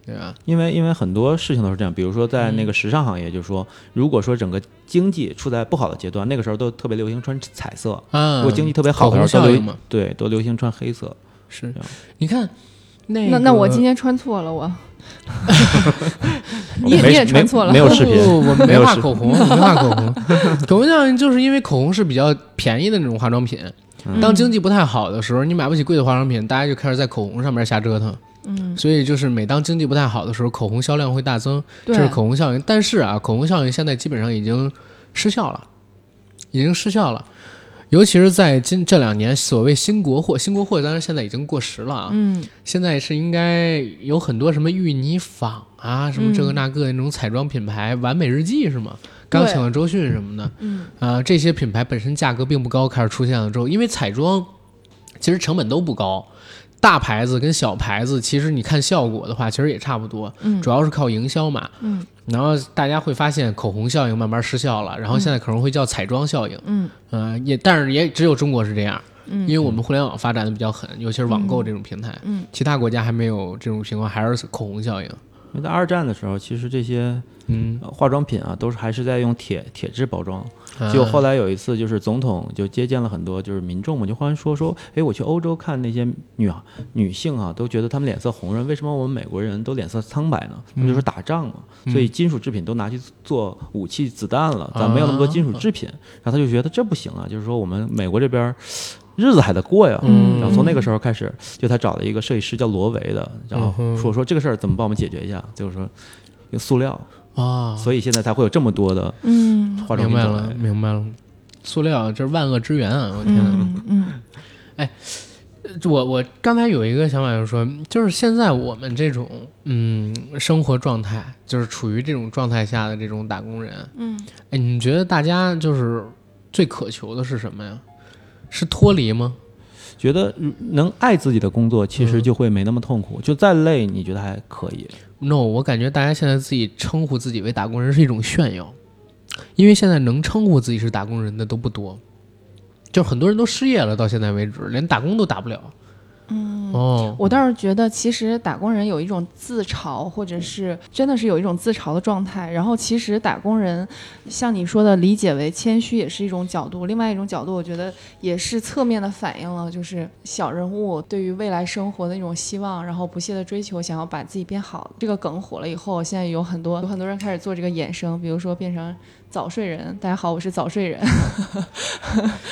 A: 对吧？
B: 因为因为很多事情都是这样，比如说在那个时尚行业，就是说，如果说整个经济处在不好的阶段，那个时候都特别流行穿彩色，
A: 啊，
B: 如果经济特别
A: 口
B: 好
A: 红
B: 的时候，
A: 效
B: 都
A: 应
B: 流
A: 嘛，
B: 对都流行穿黑色。
A: 是
B: 这样。
A: 你看，那
C: 那那我今
A: 天
C: 天穿错 了，我
B: 我
C: 你也
B: 没
C: 你也穿错了嗯
B: 没没有视频，
A: 我
B: 没
A: 没
B: 有
A: 画
B: 视
A: 口红，我没画口红。口红效应就是因为口红是比较便宜的那种化妆品，
B: 嗯
A: 当经济不太好的时候，你买不起贵的化妆品，大家就开始在口红上面瞎折腾。
C: 嗯，
A: 所以就是每当经济不太好的时候，口红销量会大增，这
C: 对
A: 是口红效应。但是啊，口红效应现在基本上已经失效了，已经失效了。尤其是在今这两年所谓新国货，新国货当然现在已经过时了啊，
C: 嗯
A: 现在是应该有很多什么芋泥坊啊，什么这个那个的那种彩妆品牌，完美日记是吗？刚请了啊周迅什么的，
C: 嗯
A: 啊，这些品牌本身价格并不高，开始出现了之后，因为彩妆其实成本都不高，大牌子跟小牌子其实你看效果的话，其实也差不多，
C: 嗯
A: 主要是靠营销嘛。
C: 嗯
A: 然后大家会发现口红效应慢慢失效了，然后现在可能会叫彩妆效应，
C: 嗯
A: 嗯、也但是也只有中国是这样，因
C: 嗯
A: 为我们互联网发展的比较狠，尤其是网购这种平台，
C: 嗯，
A: 其他国家还没有这种情况，还是口红效应，
B: 因为在二战的时候，其实这些
A: 嗯，
B: 呃化妆品啊，都是还是在用铁铁质包装。
A: 嗯
B: 结果后来有一次，就是总统就接见了很多就是民众嘛，就忽然说说，哎，我去欧洲看那些女啊女性啊，都觉得她们脸色红润，为什么我们美国人都脸色苍白呢？
A: 嗯
B: 他们就说打仗嘛，所以金属制品都拿去做武器子弹了，咱没有那
A: 啊
B: 么多金属制品，然后他就觉得这不行啊，就是说我们美国这边儿日子还得过呀。
A: 嗯
B: 然后从那个时候开始，就他找了一个设计师叫罗维的，然后
A: 嗯哼
B: 说说这个事儿怎么帮我们解决一下，就是说用塑料，
A: 啊，
B: 所以现在才会有这么多的
C: 嗯
B: 化妆
A: 明
B: 品哎
A: 白
B: 种
A: 了，
B: 类。
A: 明白了，塑料这是万恶之源啊！我天哪，
C: 嗯嗯
A: 我我刚才有一个想法，就是说，就是现在我们这种嗯生活状态，就是处于这种状态下的这种打工人，
C: 嗯，
A: 哎，你觉得大家就是最渴求的是什么呀？是脱离吗？
B: 觉得嗯能爱自己的工作，其实
A: 嗯
B: 就会没那么痛苦。就再累，你觉得还可以。
A: no，我感觉大家现在自己称呼自己为打工人是一种炫耀，因为现在能称呼自己是打工人的都不多，就是很多人都失业了，到现在为止连打工都打不了。嗯，哦，
C: 我倒是觉得，其实打工人有一种自嘲，或者是真的是有一种自嘲的状态。然后，其实打工人像你说的，理解为谦虚也是一种角度，另外一种角度，我觉得也是侧面的反映了就是小人物对于未来生活的一种希望，然后不懈的追求，想要把自己变好。这个梗火了以后，现在有很多有很多人开始做这个衍生，比如说变成早睡人，大家好，我是早睡人。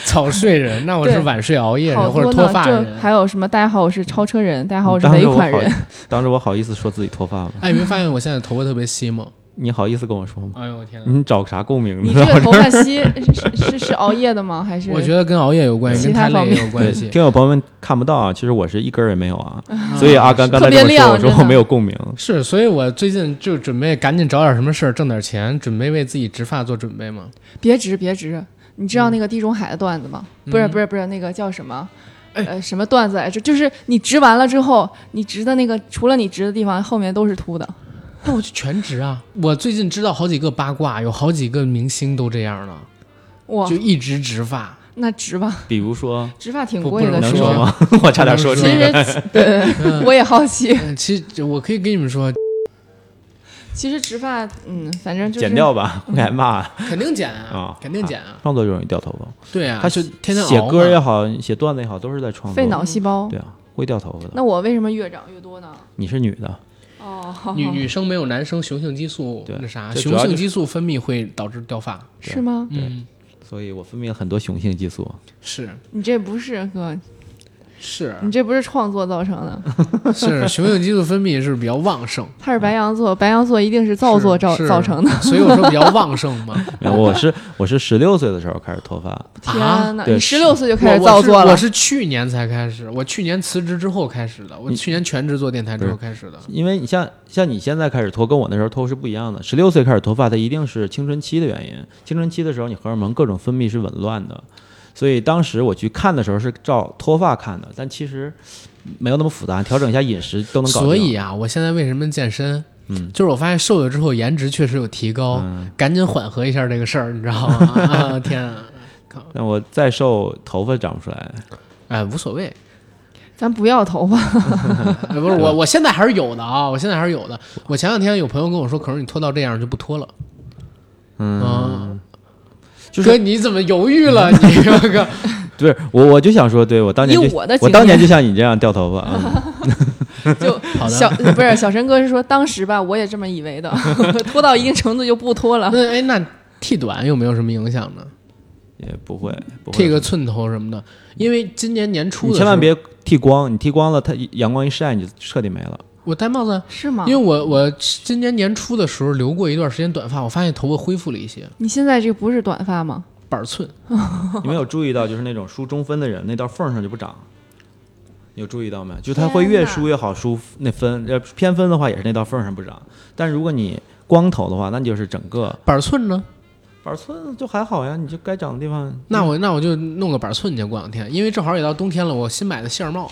A: 早睡人， 那我是
C: 对
A: 晚睡熬夜
C: 好
A: 人或
C: 多
A: 者
C: 呢，
A: 脱发
C: 这
A: 人。
C: 还有什么？大家好，我是超车人。大家好，我是
B: 当
C: 尾
B: 时我
C: 款
B: 好
C: 人。，
B: 当时我好意思说自己脱发吗？
A: 哎，你没发现我现在头发特别稀吗？
B: 你好意思跟我说吗？
A: 哎呦我天哪！
B: 你找啥共鸣？
C: 嗯 你
B: 知
C: 这
B: 道
C: 个
B: 吗
C: 头发稀是是是熬夜的吗？还是
A: 我觉得跟熬夜有关系，
C: 其
A: 跟
C: 他
A: 太累
C: 方
A: 也
C: 面
A: 有关
B: 对，
A: 系。
B: 听友朋友们看不到啊，其实我是一根儿也没有啊。 所以阿甘刚才
C: 特别
B: 跟我说，
C: 亮
B: 我说
C: 真
B: 我
C: 的
B: 没有共鸣。
A: 是，所以我最近就准备赶紧找点什么事儿挣点钱，准备为自己植发做准备嘛。
C: 别直别直。你知道
A: 嗯
C: 那个地中海的段子吗？不是不是不是，那个叫什么？
A: 哎
C: 呃，什么段子来着？就是你植完了之后，你植的那个，除了你植的地方，后面都是秃的。
A: 那我就全职啊！我最近知道好几个八卦，有好几个明星都这样了，
C: 哇
A: 就，一直植 发。
C: 那植吧，
B: 比如说，
C: 植发挺
A: 不
C: 贵
A: 不
C: 的，
A: 能
C: 是
B: 能说
C: 不是？
B: 吗？ 我差点说出
C: 其
B: 来。
C: 实，对，我也好奇。
A: 嗯，其实我可以跟你们说，
C: 其实植发，嗯，反正就是
B: 剪掉吧，我该骂
A: 肯定剪啊
B: 啊，！
A: 肯定剪啊，
B: 创作就容易掉头发。
A: 对啊，
B: 他
A: 就天天
B: 写
A: 熬
B: 歌
A: 嘛
B: 也好，写段子也好，都是在创作。
C: 费脑细胞。
B: 对啊，会掉头发的。
C: 那我为什么越长越多呢？
B: 你是女的，
C: 哦，好
A: 女
C: 好
A: 女生没有男生雄性激素
B: 对
A: 那啥，
B: 这主
A: 雄
B: 要就
A: 性
B: 是
A: 激素分泌会导致掉发。
C: 是吗？
A: 嗯，
B: 所以我分泌了很多雄性激素。
A: 是
C: 你这不是
A: 嗯
C: 哥，
A: 是
C: 你这不是创作造成的，
A: 是，雄性激素分泌是比较旺盛，
C: 他是白羊座，白羊座一定是造作造
A: 是啊
C: 造成的。，
A: 是所以我说比较旺盛嘛。
B: 没有我是我是十六岁的时候开始脱发，
C: 天哪，
B: 对
C: 你十六岁就
A: 我
C: 开始造作
A: 我是
C: 了
A: 我，是去年才开始，我去年辞职之后开始的，我
B: 你
A: 去年全职做电台之后开始的。
B: 因为你像像你现在开始脱，跟我那时候脱是不一样的。十六岁开始脱发，它一定是青春期的原因。青春期的时候，你荷尔蒙各种分泌是紊乱的，所以当时我去看的时候是照脱发看的，但其实没有那么复杂，调整一下饮食都能搞定。
A: 所以啊，我现在为什么健身？
B: 嗯，
A: 就是我发现瘦了之后颜值确实有提高，
B: 嗯，
A: 赶紧缓和一下这个事儿，你知道吗？ 啊，天啊，
B: 但我再瘦，头发长不出来。
A: 哎，无所谓，
C: 咱不要头发，
A: 哎不是我，我现在还是有的啊，我现在还是有的。我前两天有朋友跟我说，可是你脱到这样就不脱了。
B: 嗯
A: 嗯，
B: 就是
A: 哥，你怎么犹豫了？你这个
B: 不是我，我就想说，对我当年
C: 以
B: 就
C: 我的经
B: 我
C: 验
B: 当年就像你这样掉头发啊。 嗯
C: 就
A: 好的
C: 小不是小陈哥是说当时吧，我也这么以为的，拖到一定程度就不拖 了。
A: 那哎，那剃短有没有什么影响呢？
B: 也不会，不会
A: 剃个寸头什么的，因为今年年初
B: 你
A: 的
B: 千万
A: 时候
B: 别剃光，你剃光了，它阳光一晒，你就彻底没了。
A: 我戴帽子啊，
C: 是吗
A: 因为？我我今年年初的时候留过一段时间短发，我发现头发恢复了一些。
C: 你现在这不是短发吗？
A: 板寸，
B: 你们有注意到，就是那种梳中分的人，那道缝儿上就不长。你有注意到没？就他会越梳越好梳那分，呃，偏分的话也是那道缝儿上不长。但如果你光头的话，那就是整个
A: 板寸呢？
B: 板寸就还好呀，你就该长的地方。
A: 那我那我就弄个板寸去，过两天，因为正好也到冬天了，我新买的线儿帽，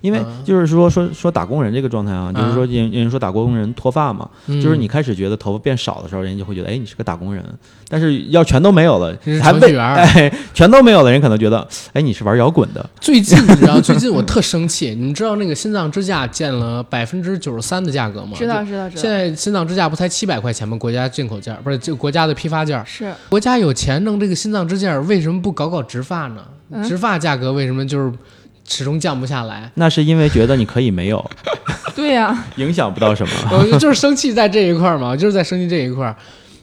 B: 因为
A: 嗯
B: 就是说说说打工人这个状态啊，就是说人人说打工人脱发嘛，
A: 嗯
B: 就是你开始觉得头发变少的时候，人家就会觉得哎你是个打工人，但是要全都没有了
A: 你是，
B: 还
A: 程序
B: 被
A: 员儿
B: 哎全都没有了，人可能觉得哎你是玩摇滚的，
A: 最近你知道，最近我特生气，你们知道那个心脏支架建了百分之九十三的价格吗？
C: 知道知道
A: 就。
C: 知
A: 现
C: 道，
A: 在心脏支架不才七百块钱吗？国家进口价不是就国家的批发价，
C: 是
A: 国家有钱弄这个心脏支架，为什么不搞搞植发呢？
C: 嗯
A: 植发价格为什么就是始终降不下 来？
B: 那是因为觉得你可以没有，
C: 对呀、
B: 影响不到什么。
A: 我就就是生气在这一块儿嘛，我就是在生气这一块儿。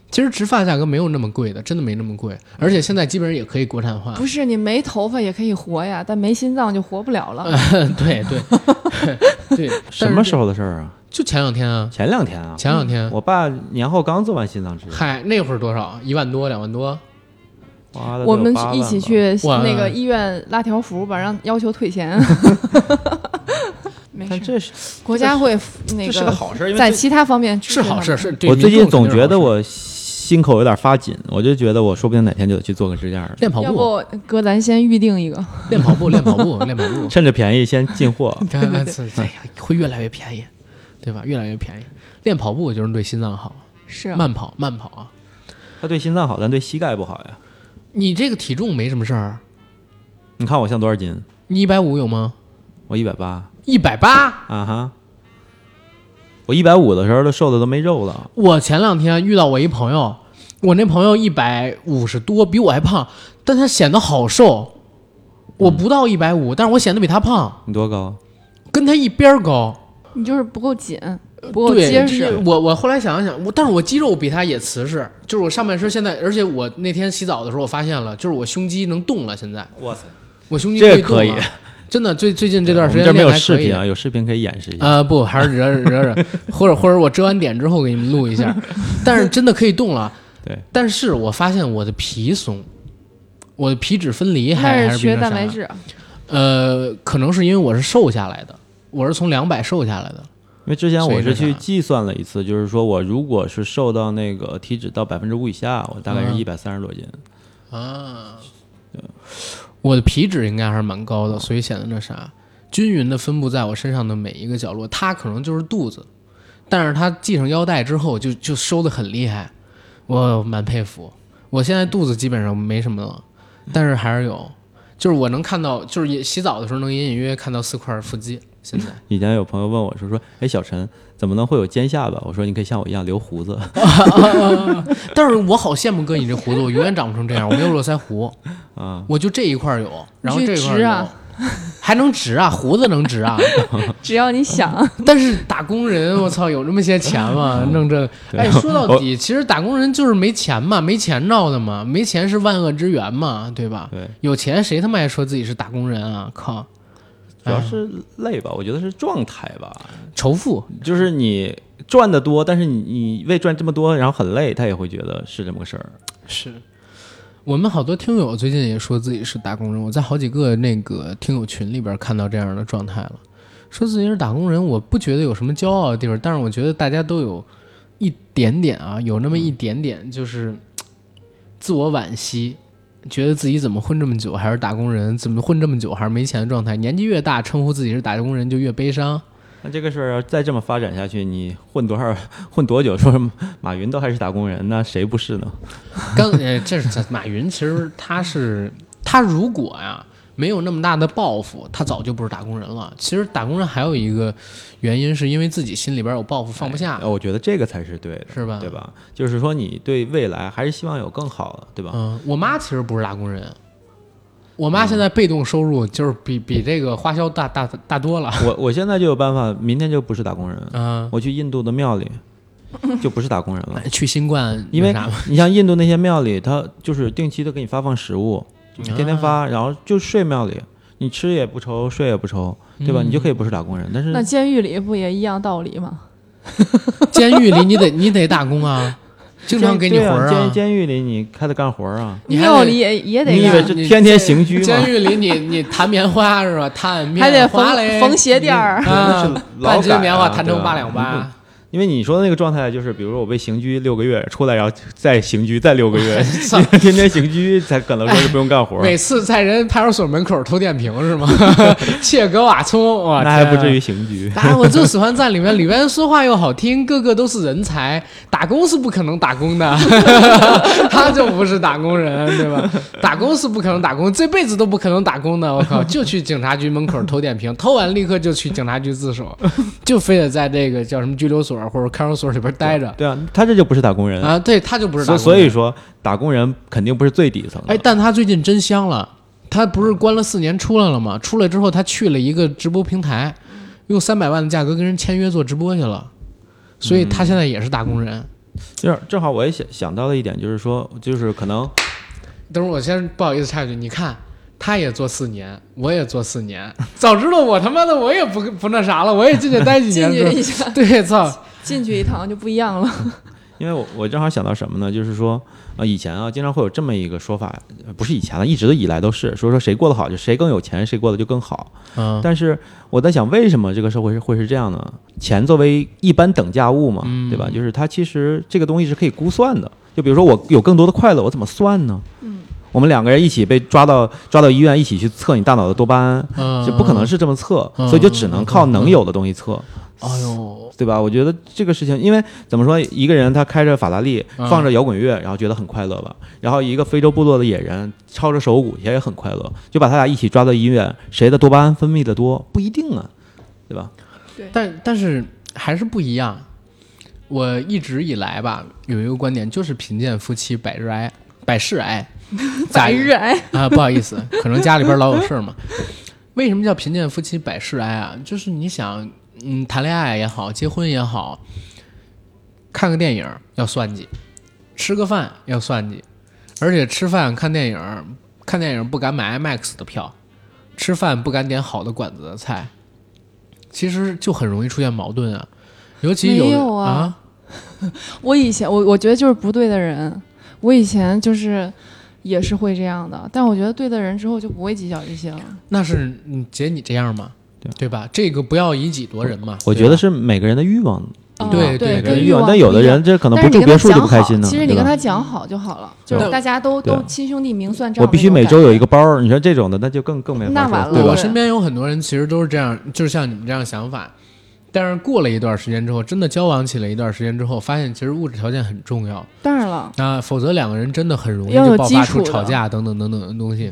A: 其实植发价格没有那么贵的，真的没那么贵，而且现在基本上也可以国产化。
C: 不是你没头发也可以活呀，但没心脏就活不了了。
A: 对对对，
B: 什么时
A: 候？
B: 候的事儿啊？
A: 就前两天啊，
B: 前两天啊，
A: 前两
C: 嗯
A: 天。
B: 我爸年后刚做完心脏支架，
A: 嗨，那会儿多少？一万多，两万多？
B: 花了
C: 我
B: 得有
C: 们
B: 8万
C: 一起
B: 吧。
C: 去
A: 哇
C: 那个医院拉条幅吧，让要求退钱。没
B: 但
C: 事，
B: 这是
C: 国家会那
B: 这是个好事儿，因
C: 在
B: 为
C: 其他方面支持
A: 是好事，
C: 他们。
A: 是。对
B: 我最
A: 民
B: 近
A: 众
B: 总
A: 肯定
B: 觉
A: 是
B: 得
A: 好事
B: 我心口有点发紧，我就觉得我说不定哪天就得去做个支架了，
A: 练跑
C: 要
A: 步，
C: 不哥，咱先预定一个。
A: 练跑步，练跑 步，练跑步。
B: 趁着便宜先进货。
A: 这哎呀，会越来越便宜，对吧？越来越便宜。练跑步就是对心脏好，
C: 是
A: 慢跑慢跑啊。
B: 它对心脏好，但对膝盖不好呀。
A: 你这个体重没什么事儿，啊
B: 你看我像多少斤？
A: 你一百五有吗？
B: 我一百八
A: 一百八。
B: 啊哈。我一百五的时候都瘦的都没肉了，
A: 我前两天遇到我一朋友，我那朋友一百五十多，比我还胖，但他显得好瘦。我不到一百五，但是我显得比他胖，
B: 你多高？
A: 跟他一边儿高。
C: 你就是不够紧，不够
A: 呃对，
C: 结
A: 就是
C: 实。
A: 我我后来想了想，我但是我肌肉比他也瓷实，就是我上半身现在，而且我那天洗澡的时候我发现了，就是我胸肌能动了，现在
B: 哇塞，
A: 我胸肌
B: 这
A: 以动
B: 可以
A: 了真的最最近这段时
B: 我们
A: 间
B: 这儿没有
A: 练还
B: 视
A: 可以
B: 频啊，有视频可以演示一下。
A: 呃，不，还是惹惹惹， 或者或者我遮完点之后给你们录一下， 但是真的可以动了。
B: 对，
A: 但是我发现我的皮松，我的皮脂分离还
C: 那
A: 还
C: 是
A: 是比
C: 缺
A: 较
C: 蛋
A: 啥
C: 白 质啊，
A: 呃，可能是因为我是瘦下来的，我是从两百瘦下来的。
B: 因为之前
A: 所以
B: 我是
A: 这
B: 去
A: 啥
B: 计算了一次，就是说我如果是瘦到那个体脂到百分之五以下，我大概是
A: 嗯
B: 一百三十多斤。
A: 啊，我的皮脂应该还是蛮高的，所以显得那啥，均匀的分布在我身上的每一个角落。它可能就是肚子，但是它系上腰带之后就就收的很厉害，我蛮佩服。我现在肚子基本上没什么了，但是还是有，就是我能看到，就是也洗澡的时候能隐隐约约看到四块腹肌。 现在
B: 以前有朋友问我说说，哎，小陈怎么能会有尖下巴？我说你可以像我一样留胡子。
A: 但是我好羡慕哥你这胡子，我永远长不成这样，我没有络腮 胡，
B: 啊，
A: 我就这一块有，然后
C: 你去
A: 这一块
C: 植
A: 有，
C: 啊
A: 还能直啊，胡子能直啊。
C: 只要 你想，
A: 但是打工人，我操，有那么些钱 吗？弄这个，
B: 对
A: 哎， 说到底，其实打工人就是没钱嘛，没钱闹的嘛，没钱是万恶之源嘛，对吧？
B: 对，
A: 有钱谁他妈还说自己是打工人啊？靠，
B: 主
A: 嗯
B: 要是累吧，我觉得是状态吧，
A: 仇富，
B: 就是你赚的多，但是你你为赚这么多，然后很累，他也会觉得是这么个事儿。
A: 是我们好多听友最近也说自己是打工人，我在好几个那个听友群里边看到这样的状态了，说自己是打工人，我不觉得有什么骄傲的地方，但是我觉得大家都有一点点啊，有那么一点点就是嘖自我惋惜。觉得自己怎么混这么久还是打工人，怎么混这么久还是没钱的状态。年纪越大，称呼自己是打工人就越悲伤。
B: 那这个事儿要再这么发展下去，你混多少混多久？说马云都还是打工人，那谁不是呢？
A: 刚呃，这是马云，其实他是他如果呀、没有那么大的抱负，他早就不是打工人了。其实打工人还有一个原因，是因为自己心里边有抱负，放不下
B: 哎。我觉得这个才是对的，
A: 啊是吧
B: 对吧？就是说你对未来还是希望有更好的，对吧？
A: 嗯，我妈其实不是打工人，我妈现在被动收入就是比比这个花销大大大多了。
B: 我我现在就有办法，明天就不是打工人，
A: 嗯，
B: 我去印度的 庙里就不是打工人了。
A: 去新冠
B: 因为
A: 那啥 嘛
B: 你像印度那些庙里，它就是定期的给你发放食物，
A: 啊
B: 就是天天发，然后就睡庙里，你吃也不愁，睡也不愁，对吧？你就
A: 嗯
B: 可以不是打工人，但是
C: 那监狱里不也一样道理吗？
A: 监狱里你得你得打工啊，经常给你活儿啊
B: 监对监监狱里你开的干活儿啊，
A: 你还
C: 庙
A: 得
C: 里也也得
B: 你以
C: 干
B: 为这天天刑拘吗
A: 监？狱里你你弹棉花是吧？弹棉
C: 还得
A: 花
C: 缝
A: 嘞，
C: 缝鞋垫 儿，
A: 啊
B: 那是，劳
A: 半斤
B: 改啊
A: 棉花弹
B: 对
A: 成
B: 吧嗯
A: 八两
B: 你
A: 八
B: 不。因为你说的那个状态就是，比如说我被刑拘六个月，出来然后再刑拘再六个月
A: 操， 哎
B: 天天刑拘才可能说是不用 干活儿，
A: 每次在人派出所门口偷电瓶 是吗？ 切格瓦葱，哇，
B: 那还不 至
A: 于。
B: 于刑拘。
A: 哎，我就喜欢在里面，里面说话又好听，个个都是人才，打工是不可能打工的， 他就不是打工人，对吧？打工是不可能打工，这辈子都不可能打工的。我靠，就去警察局门口偷点瓶，偷完立刻就去警察局自首，就非得在这个叫什么拘留所或者看守所里边待着
B: 对啊，他这就不是打工人，
A: 啊。对他就不是打
B: 所
A: 工人，
B: 所以说打工人肯定不是最底层的。
A: 哎，但他最近真香了，他不是关了四年出来了吗？出来之后，他去了一个直播平台，用三百万的价格跟人签约做直播去了，所以他现在也是打工人。
B: 就是正好我也想想到了一点，就是说，就是可能
A: 等会儿我先不好意思插一句，你看。他也做四年，我也做四年。早知道我他妈的我也不不那啥了，我也进去待几
C: 进
A: 年。
C: 去一下，
A: 对，操，
C: 进去一趟就不一样了。
B: 因为我我正好想到什么呢？就是说，呃，以前啊，经常会有这么一个说法，呃不是以前了，一直以来都是说说谁过得好，就谁更有钱，谁过得就更好。
A: 嗯
B: 但是我在想，为什么这个社会是会是这样呢？钱作为一般等价物嘛，
A: 嗯
B: 对吧？就是它其实这个东西是可以估算的。就比如说我有更多的快乐，我怎么算呢？
C: 嗯，
B: 我们两个人一起被抓到抓到医院，一起去测你大脑的多巴胺，
A: 嗯，
B: 就不可能。是这么测，
A: 嗯
B: 所以就只能靠能有的东西测。
A: 哎呦，
B: 对吧？我觉得这个事情，因为怎么说，一个人他开着法拉利，
A: 嗯
B: 放着摇滚乐，然后觉得很快乐吧。然后一个非洲部落的野人抄着手鼓，也很快乐，就把他俩一起抓到医院，谁的多巴胺分泌的多不一定啊，对吧？
A: 但但是还是不一样。我一直以来吧，有一个观点，就是贫贱夫妻百日哀，百事 哀，咋
C: 百日癌，
A: 啊、不好意思，可能家里边老有事儿嘛。为什么叫贫贱夫妻百事哀啊？就是你想，嗯，谈恋爱也好，结婚也好，看个电影儿要算计，吃个饭要算计，而且吃饭看电影儿，看电影儿不敢买 IMAX 的票，吃饭不敢点好的馆子的菜，其实就很容易出现矛盾啊。尤其有
C: 没有啊
A: 啊
C: 我以前我我觉得就是不对的人，我以前就是也是会这样的，但我觉得对的人之后就不会计较这些了。
A: 那是嗯姐你这样吗？
B: 对
A: 对吧？这个不要以己度人嘛。
B: 我
A: 对
B: 觉得
A: 吧
B: 是每个人的欲望，
C: 嗯
A: 对
C: 对
B: 每个人
A: 对
B: 的
C: 欲
B: 望。
C: 望
B: 但有的
C: 不一
B: 人
C: 样
B: 这可能
C: 但
B: 不住
C: 是你跟
B: 别
C: 他
B: 墅就
C: 讲
B: 不开
C: 好，
B: 心呢，
C: 其实你
B: 对
C: 跟
B: 吧
C: 他？讲好就好了，就
A: 对
C: 是大家都
B: 对
C: 都亲兄弟明算账。
B: 我必须每周有一个包儿，你说这种的那就更更没法
C: 那
B: 说
C: 完
B: 对
C: 了
A: 我
B: 吧？
A: 身边有很多人其实都是这样，就是像你们这样想法，但是过了一段时间之后，真的交往起来一段时间之后，发现其实物质条件很重要，
C: 当然了，
A: 那否则两个人真的很容易
C: 要有
A: 就爆发出
C: 基础的
A: 吵架等等等等的东西。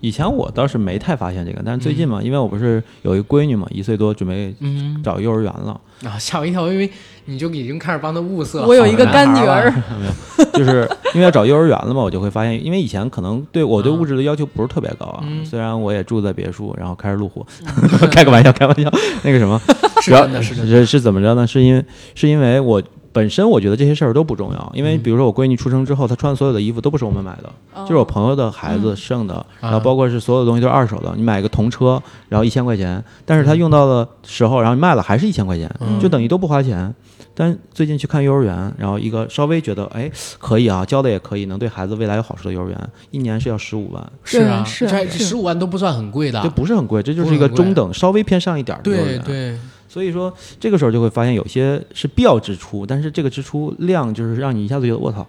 B: 以前我倒是没太发现这个，但是最近嘛，
C: 嗯
B: 因为我不是有一闺女嘛，一岁多，准备
A: 嗯，
B: 找幼儿园了。
A: 啊，吓我一跳，因为你就已经开始帮他物色。
C: 我有一个干女
A: 好的男孩啊
C: 儿
A: 了，，
B: 就是因为要找幼儿园了嘛，我就会发现，因为以前可能对我对物质的要求不是特别高啊，
A: 嗯
B: 虽然我也住在别墅，然后开始路虎， 开个玩笑，开玩笑，那个什么，
A: 是真的，是真的。
B: 是是怎么着呢？是因为是因为我本身我觉得这些事儿都不重要，因为
A: 嗯哦
B: 比如说我闺女出生之后，她穿的所有的衣服都不是我们买的，就是我朋友的孩子
C: 嗯
B: 剩的，然
A: 啊
B: 后包括是所有东西都是二手的，你买个童车，然后一千块钱，但是她用到的时候，然后你卖了还是一千块钱，
A: 嗯
B: 就等于都不花钱。但最近去看幼儿园，然后一个稍微觉得哎可以啊，教的也可以，能对孩子未来有好处的幼儿园，一年是要十五万，
A: 是啊，
C: 是
A: 这
C: 是
A: 十五万都不算很贵的
B: 这。不是很贵，这就
A: 不
B: 是
A: 是
B: 一个
A: 很贵
B: 中等，稍微偏上一点儿的幼儿
A: 对
B: 园。
A: 对，
B: 所以说这个时候就会发现有些是必要支出，但是这个支出量就是让你一下子觉得我操，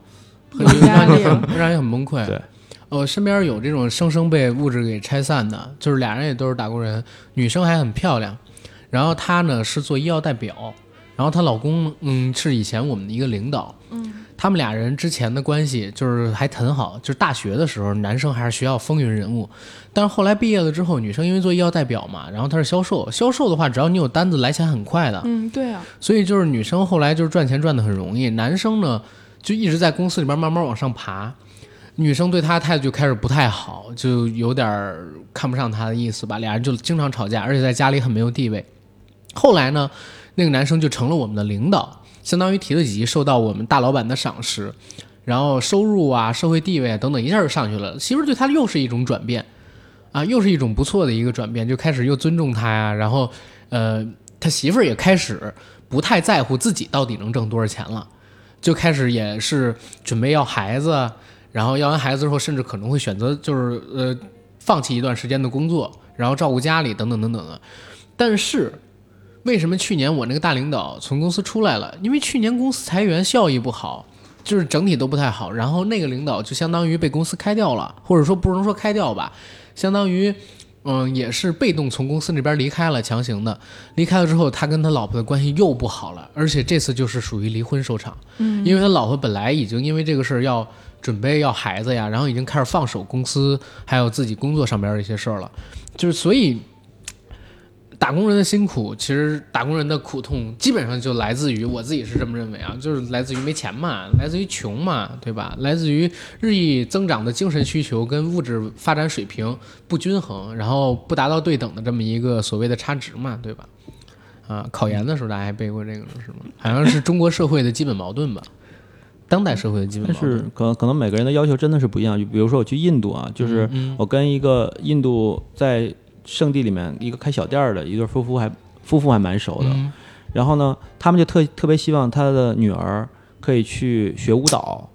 A: 很
C: 有压力啊
A: 让你让你很崩溃。
B: 对，
A: 我身边有这种生生被物质给拆散的，就是俩人也都是打工人，女生还很漂亮，然后她呢是做医药代表，然后她老公嗯是以前我们的一个领导，
C: 嗯，
A: 他们俩人之前的关系就是还很好，就是大学的时候男生还是学校风云人物，但是后来毕业了之后，女生因为做医药代表嘛，然后她是销售，销售的话只要你有单子来钱很快的，
C: 嗯，对啊，
A: 所以就是女生后来就是赚钱赚得很容易，男生呢就一直在公司里边慢慢往上爬，女生对他态度就开始不太好，就有点儿看不上他的意思吧，俩人就经常吵架，而且在家里很没有地位。后来呢，那个男生就成了我们的领导，相当于提了几级，受到我们大老板的赏识，然后收入啊、社会地位啊等等一下就上去了。媳妇儿对他又是一种转变，啊，又是一种不错的一个转变，就开始又尊重他呀、然后呃，他媳妇儿也开始不太在乎自己到底能挣多少钱了。就开始也是准备要孩子，然后要完孩子之后，甚至可能会选择就是呃放弃一段时间的工作，然后照顾家里等等等等的。但是为什么去年我那个大领导从公司出来了？因为去年公司裁员，效益不好。就是整体都不太好，然后那个领导就相当于被公司开掉了，或者说不能说开掉吧，相当于，嗯，也是被动从公司那边离开了，强行的离开了之后，他跟他老婆的关系又不好了，而且这次就是属于离婚收场，嗯，因为他老婆本来已经因为这个事儿要准备要孩子呀，然后已经开始放手公司还有自己工作上边的一些事儿了，就是所以。打工人的辛苦，其实打工人的苦痛，基本上就来自于我自己是这么认为啊，就是来自于没钱嘛，来自于穷嘛，对吧？来自于日益增长的精神需求跟物质发展水平不均衡，然后不达到对等的这么一个所谓的差值嘛，对吧？啊，考研的时候大家还背过这个呢，是吗？好像是中国社会的基本矛盾吧，当代社会的基本
B: 但
A: 矛盾。嗯
B: 是可能可能每个人的要求真的是不一样。比如说我去印度啊，就是我跟一个印度在圣地里面一个开小店儿的一对夫妇还夫妇还蛮熟的。
A: 嗯
B: 然后呢，他们就特特别希望他的女儿可以去学舞蹈，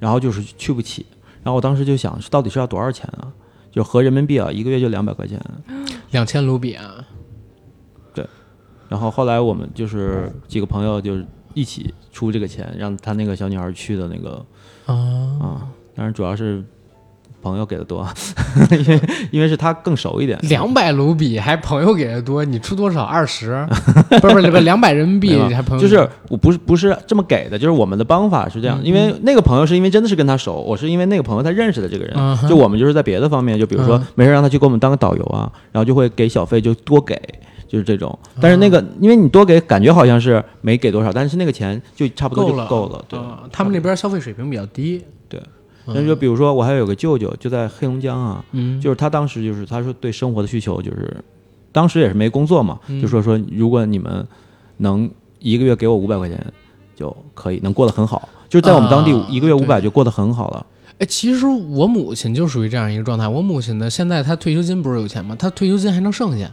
B: 然后就是去不起。然后我当时就想，到底是要多少钱啊？就合人民币啊，一个月就两百块钱。
A: 两千卢比啊，
B: 然后后来我们就是几个朋友就是一起出这个钱，让他那个小女孩去的那个
A: 啊，
B: 啊，当然主要是朋友给的多， 因为因为是他更熟一点。
A: 两百卢比还朋友给的多，你出多少？二十？不是不是不是，两百人民币
B: 没有
A: 还朋友
B: 就是我不是不是这么给的，就是我们的帮法是
A: 嗯
B: 这样，因为那个朋友是因为真的是跟他熟，我是因为那个朋友他认识的这个人，
A: 嗯哼
B: 就我们就是在别的方面，就比如说、
A: 嗯
B: 没事让他去给我们当个导游啊，然后就会给小费就多给，就是这种。但是那
A: 嗯
B: 个、因为你多给，感觉好像是没给多少，但是那个钱就差不多就
A: 了，
B: 够了，对。
A: 啊他们那边嗯消费水平比较低，
B: 对，那就比如说我还有个舅舅，就在黑龙江啊，
A: 嗯
B: 就是他当时就是他说对生活的需求就是，当时也是没工作嘛，
A: 嗯
B: 就说说如果你们能一个月给我五百块钱就可以，能过得很好，就是在我们当地
A: 啊
B: 一个月五
A: 对
B: 百就过得很好了。
A: 哎，其实我母亲就属于这样一个状态。我母亲呢，现在她退休金不是有钱吗？她退休金还能剩下，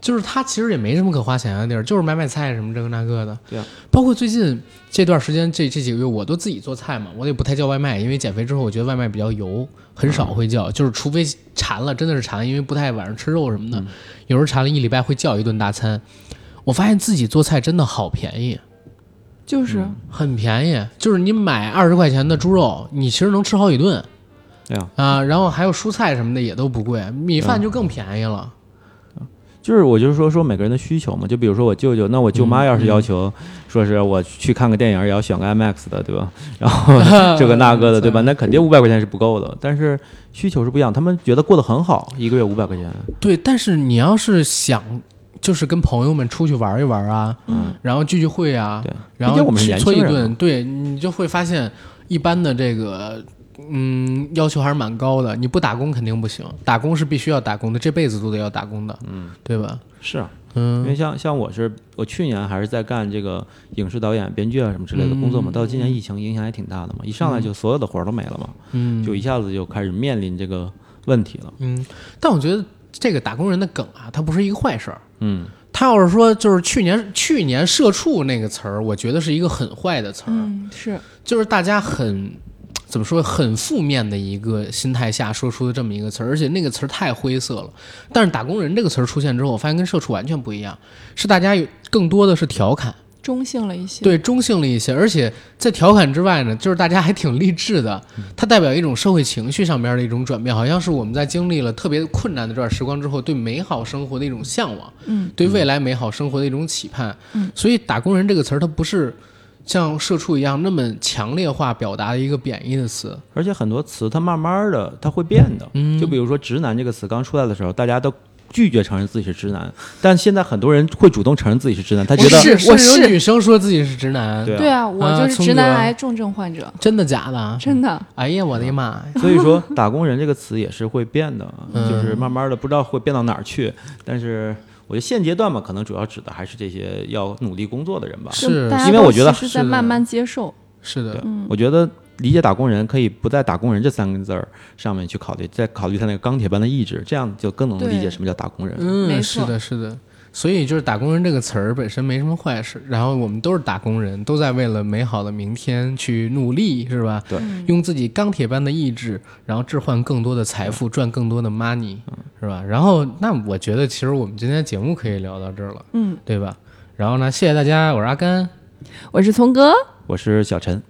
A: 就是她其实也没什么可花钱的地儿，就是买买菜什么这个那个的。
B: 对啊，
A: 包括最近这段时间这这几个月，我都自己做菜嘛，我也不太叫外卖，因为减肥之后我觉得外卖比较油，很少会
B: 嗯
A: 叫，就是除非馋了，真的是馋，因为不太晚上吃肉什么
B: 嗯
A: 的，有时候馋了一礼拜会叫一顿大餐。我发现自己做菜真的好便宜，
C: 就是、
A: 很便宜，就是你买二十块钱的猪肉，你其实能吃好几顿。
B: 对啊，
A: 啊，然后还有蔬菜什么的也都不贵，米饭就更便宜了。
B: 就是我就是说说每个人的需求嘛，就比如说我舅舅，那我舅妈要是要求
A: 嗯
B: 说是我去看个电影也要选个 IMAX 的，对吧？然后
A: 嗯呃
B: 这个那个的，对吧？那肯定五百块钱是不够的，但是需求是不一样，他们觉得过得很好，一个月五百块钱。
A: 对，但是你要是想，就是跟朋友们出去玩一玩啊，
B: 嗯，
A: 然后聚聚会啊，
B: 对
A: 然
B: 毕
A: 后
B: 竟我们是
A: 吃
B: 年
A: 搓一
B: 轻人
A: 顿，
B: 嘛
A: 对你就会发现一般的这个。嗯，要求还是蛮高的。你不打工肯定不行，打工是必须要打工的，这辈子都得要打工的，嗯，对吧？
B: 是啊，因
A: 嗯
B: 为像像我是我去年还是在干这个影视导演、编剧啊什么之类的
A: 嗯
B: 工作嘛，到今年疫情影响也挺大的嘛，一上来就所有的活儿都没了嘛，
A: 嗯，
B: 就一下子就开始面临这个问题了。
A: 嗯，但我觉得这个打工人的梗啊，它不是一个坏事儿，
B: 嗯，
A: 他要是说就是去年去年“社畜”那个词儿，我觉得是一个很坏的词儿，
C: 嗯是
A: 就是大家很怎么说很负面的一个心态下说出的这么一个词儿，而且那个词儿太灰色了。但是“打工人”这个词儿出现之后，我发现跟社畜完全不一样，是大家有更多的是调侃，
C: 中性了一些，
A: 对中性了一些，而且在调侃之外呢，就是大家还挺励志的，它代表一种社会情绪上边的一种转变，好像是我们在经历了特别困难的这段时光之后，对美好生活的一种向往，
C: 嗯，
A: 对未来美好生活的一种期盼，嗯，所以“打工人”这个词儿，它不是像“社畜”一样那么强烈化表达的一个贬义的词，
B: 而且很多词它慢慢的它会变的，
A: 嗯
B: 就比如说“直男”这个词刚出来的时候，大家都。拒绝承认自己是直男，但现在很多人会主动承认自己是直男。他觉
A: 我
B: 得
A: 是
C: 我
A: 甚至有
C: 是
A: 女生说自己是直男，
B: 对啊
C: 对啊，我
A: 啊
C: 就是
A: 聪
C: 直
A: 哥
C: 男癌重症患者，
A: 真的假的？
C: 真的。
A: 哎呀，我的妈呀！
B: 所以说“打工人”这个词也是会变的，啊
A: 嗯
B: 就是慢慢的不知道会变到哪儿去。但是我觉得现阶段嘛，可能主要指的还是这些要努力工作的人吧。
A: 是
C: 就大家
B: 因为
C: 都
B: 我觉得
C: 其实
A: 是
C: 在慢
A: 的
C: 慢接受，
A: 是的
B: 对，，我觉得理解“打工人”可以不在“打工人”这三个字儿上面去考虑，再考虑他那个钢铁般的意志，这样就更能理解
C: 对
B: 什么叫打工人。
A: 嗯，
C: 没
A: 是
C: 错
A: 的，是的。所以就是“打工人”这个词儿本身没什么坏事，然后我们都是打工人，都在为了美好的明天去努力，是吧？
B: 对
C: 嗯
A: 用自己钢铁般的意志，然后置换更多的财富，赚更多的 money，是
C: 嗯
A: 吧？然后那我觉得其实我们今天节目可以聊到这儿了，
C: 嗯，
A: 对吧？然后呢，谢谢大家，我是阿甘，
C: 我是聪哥，
B: 我是小陈，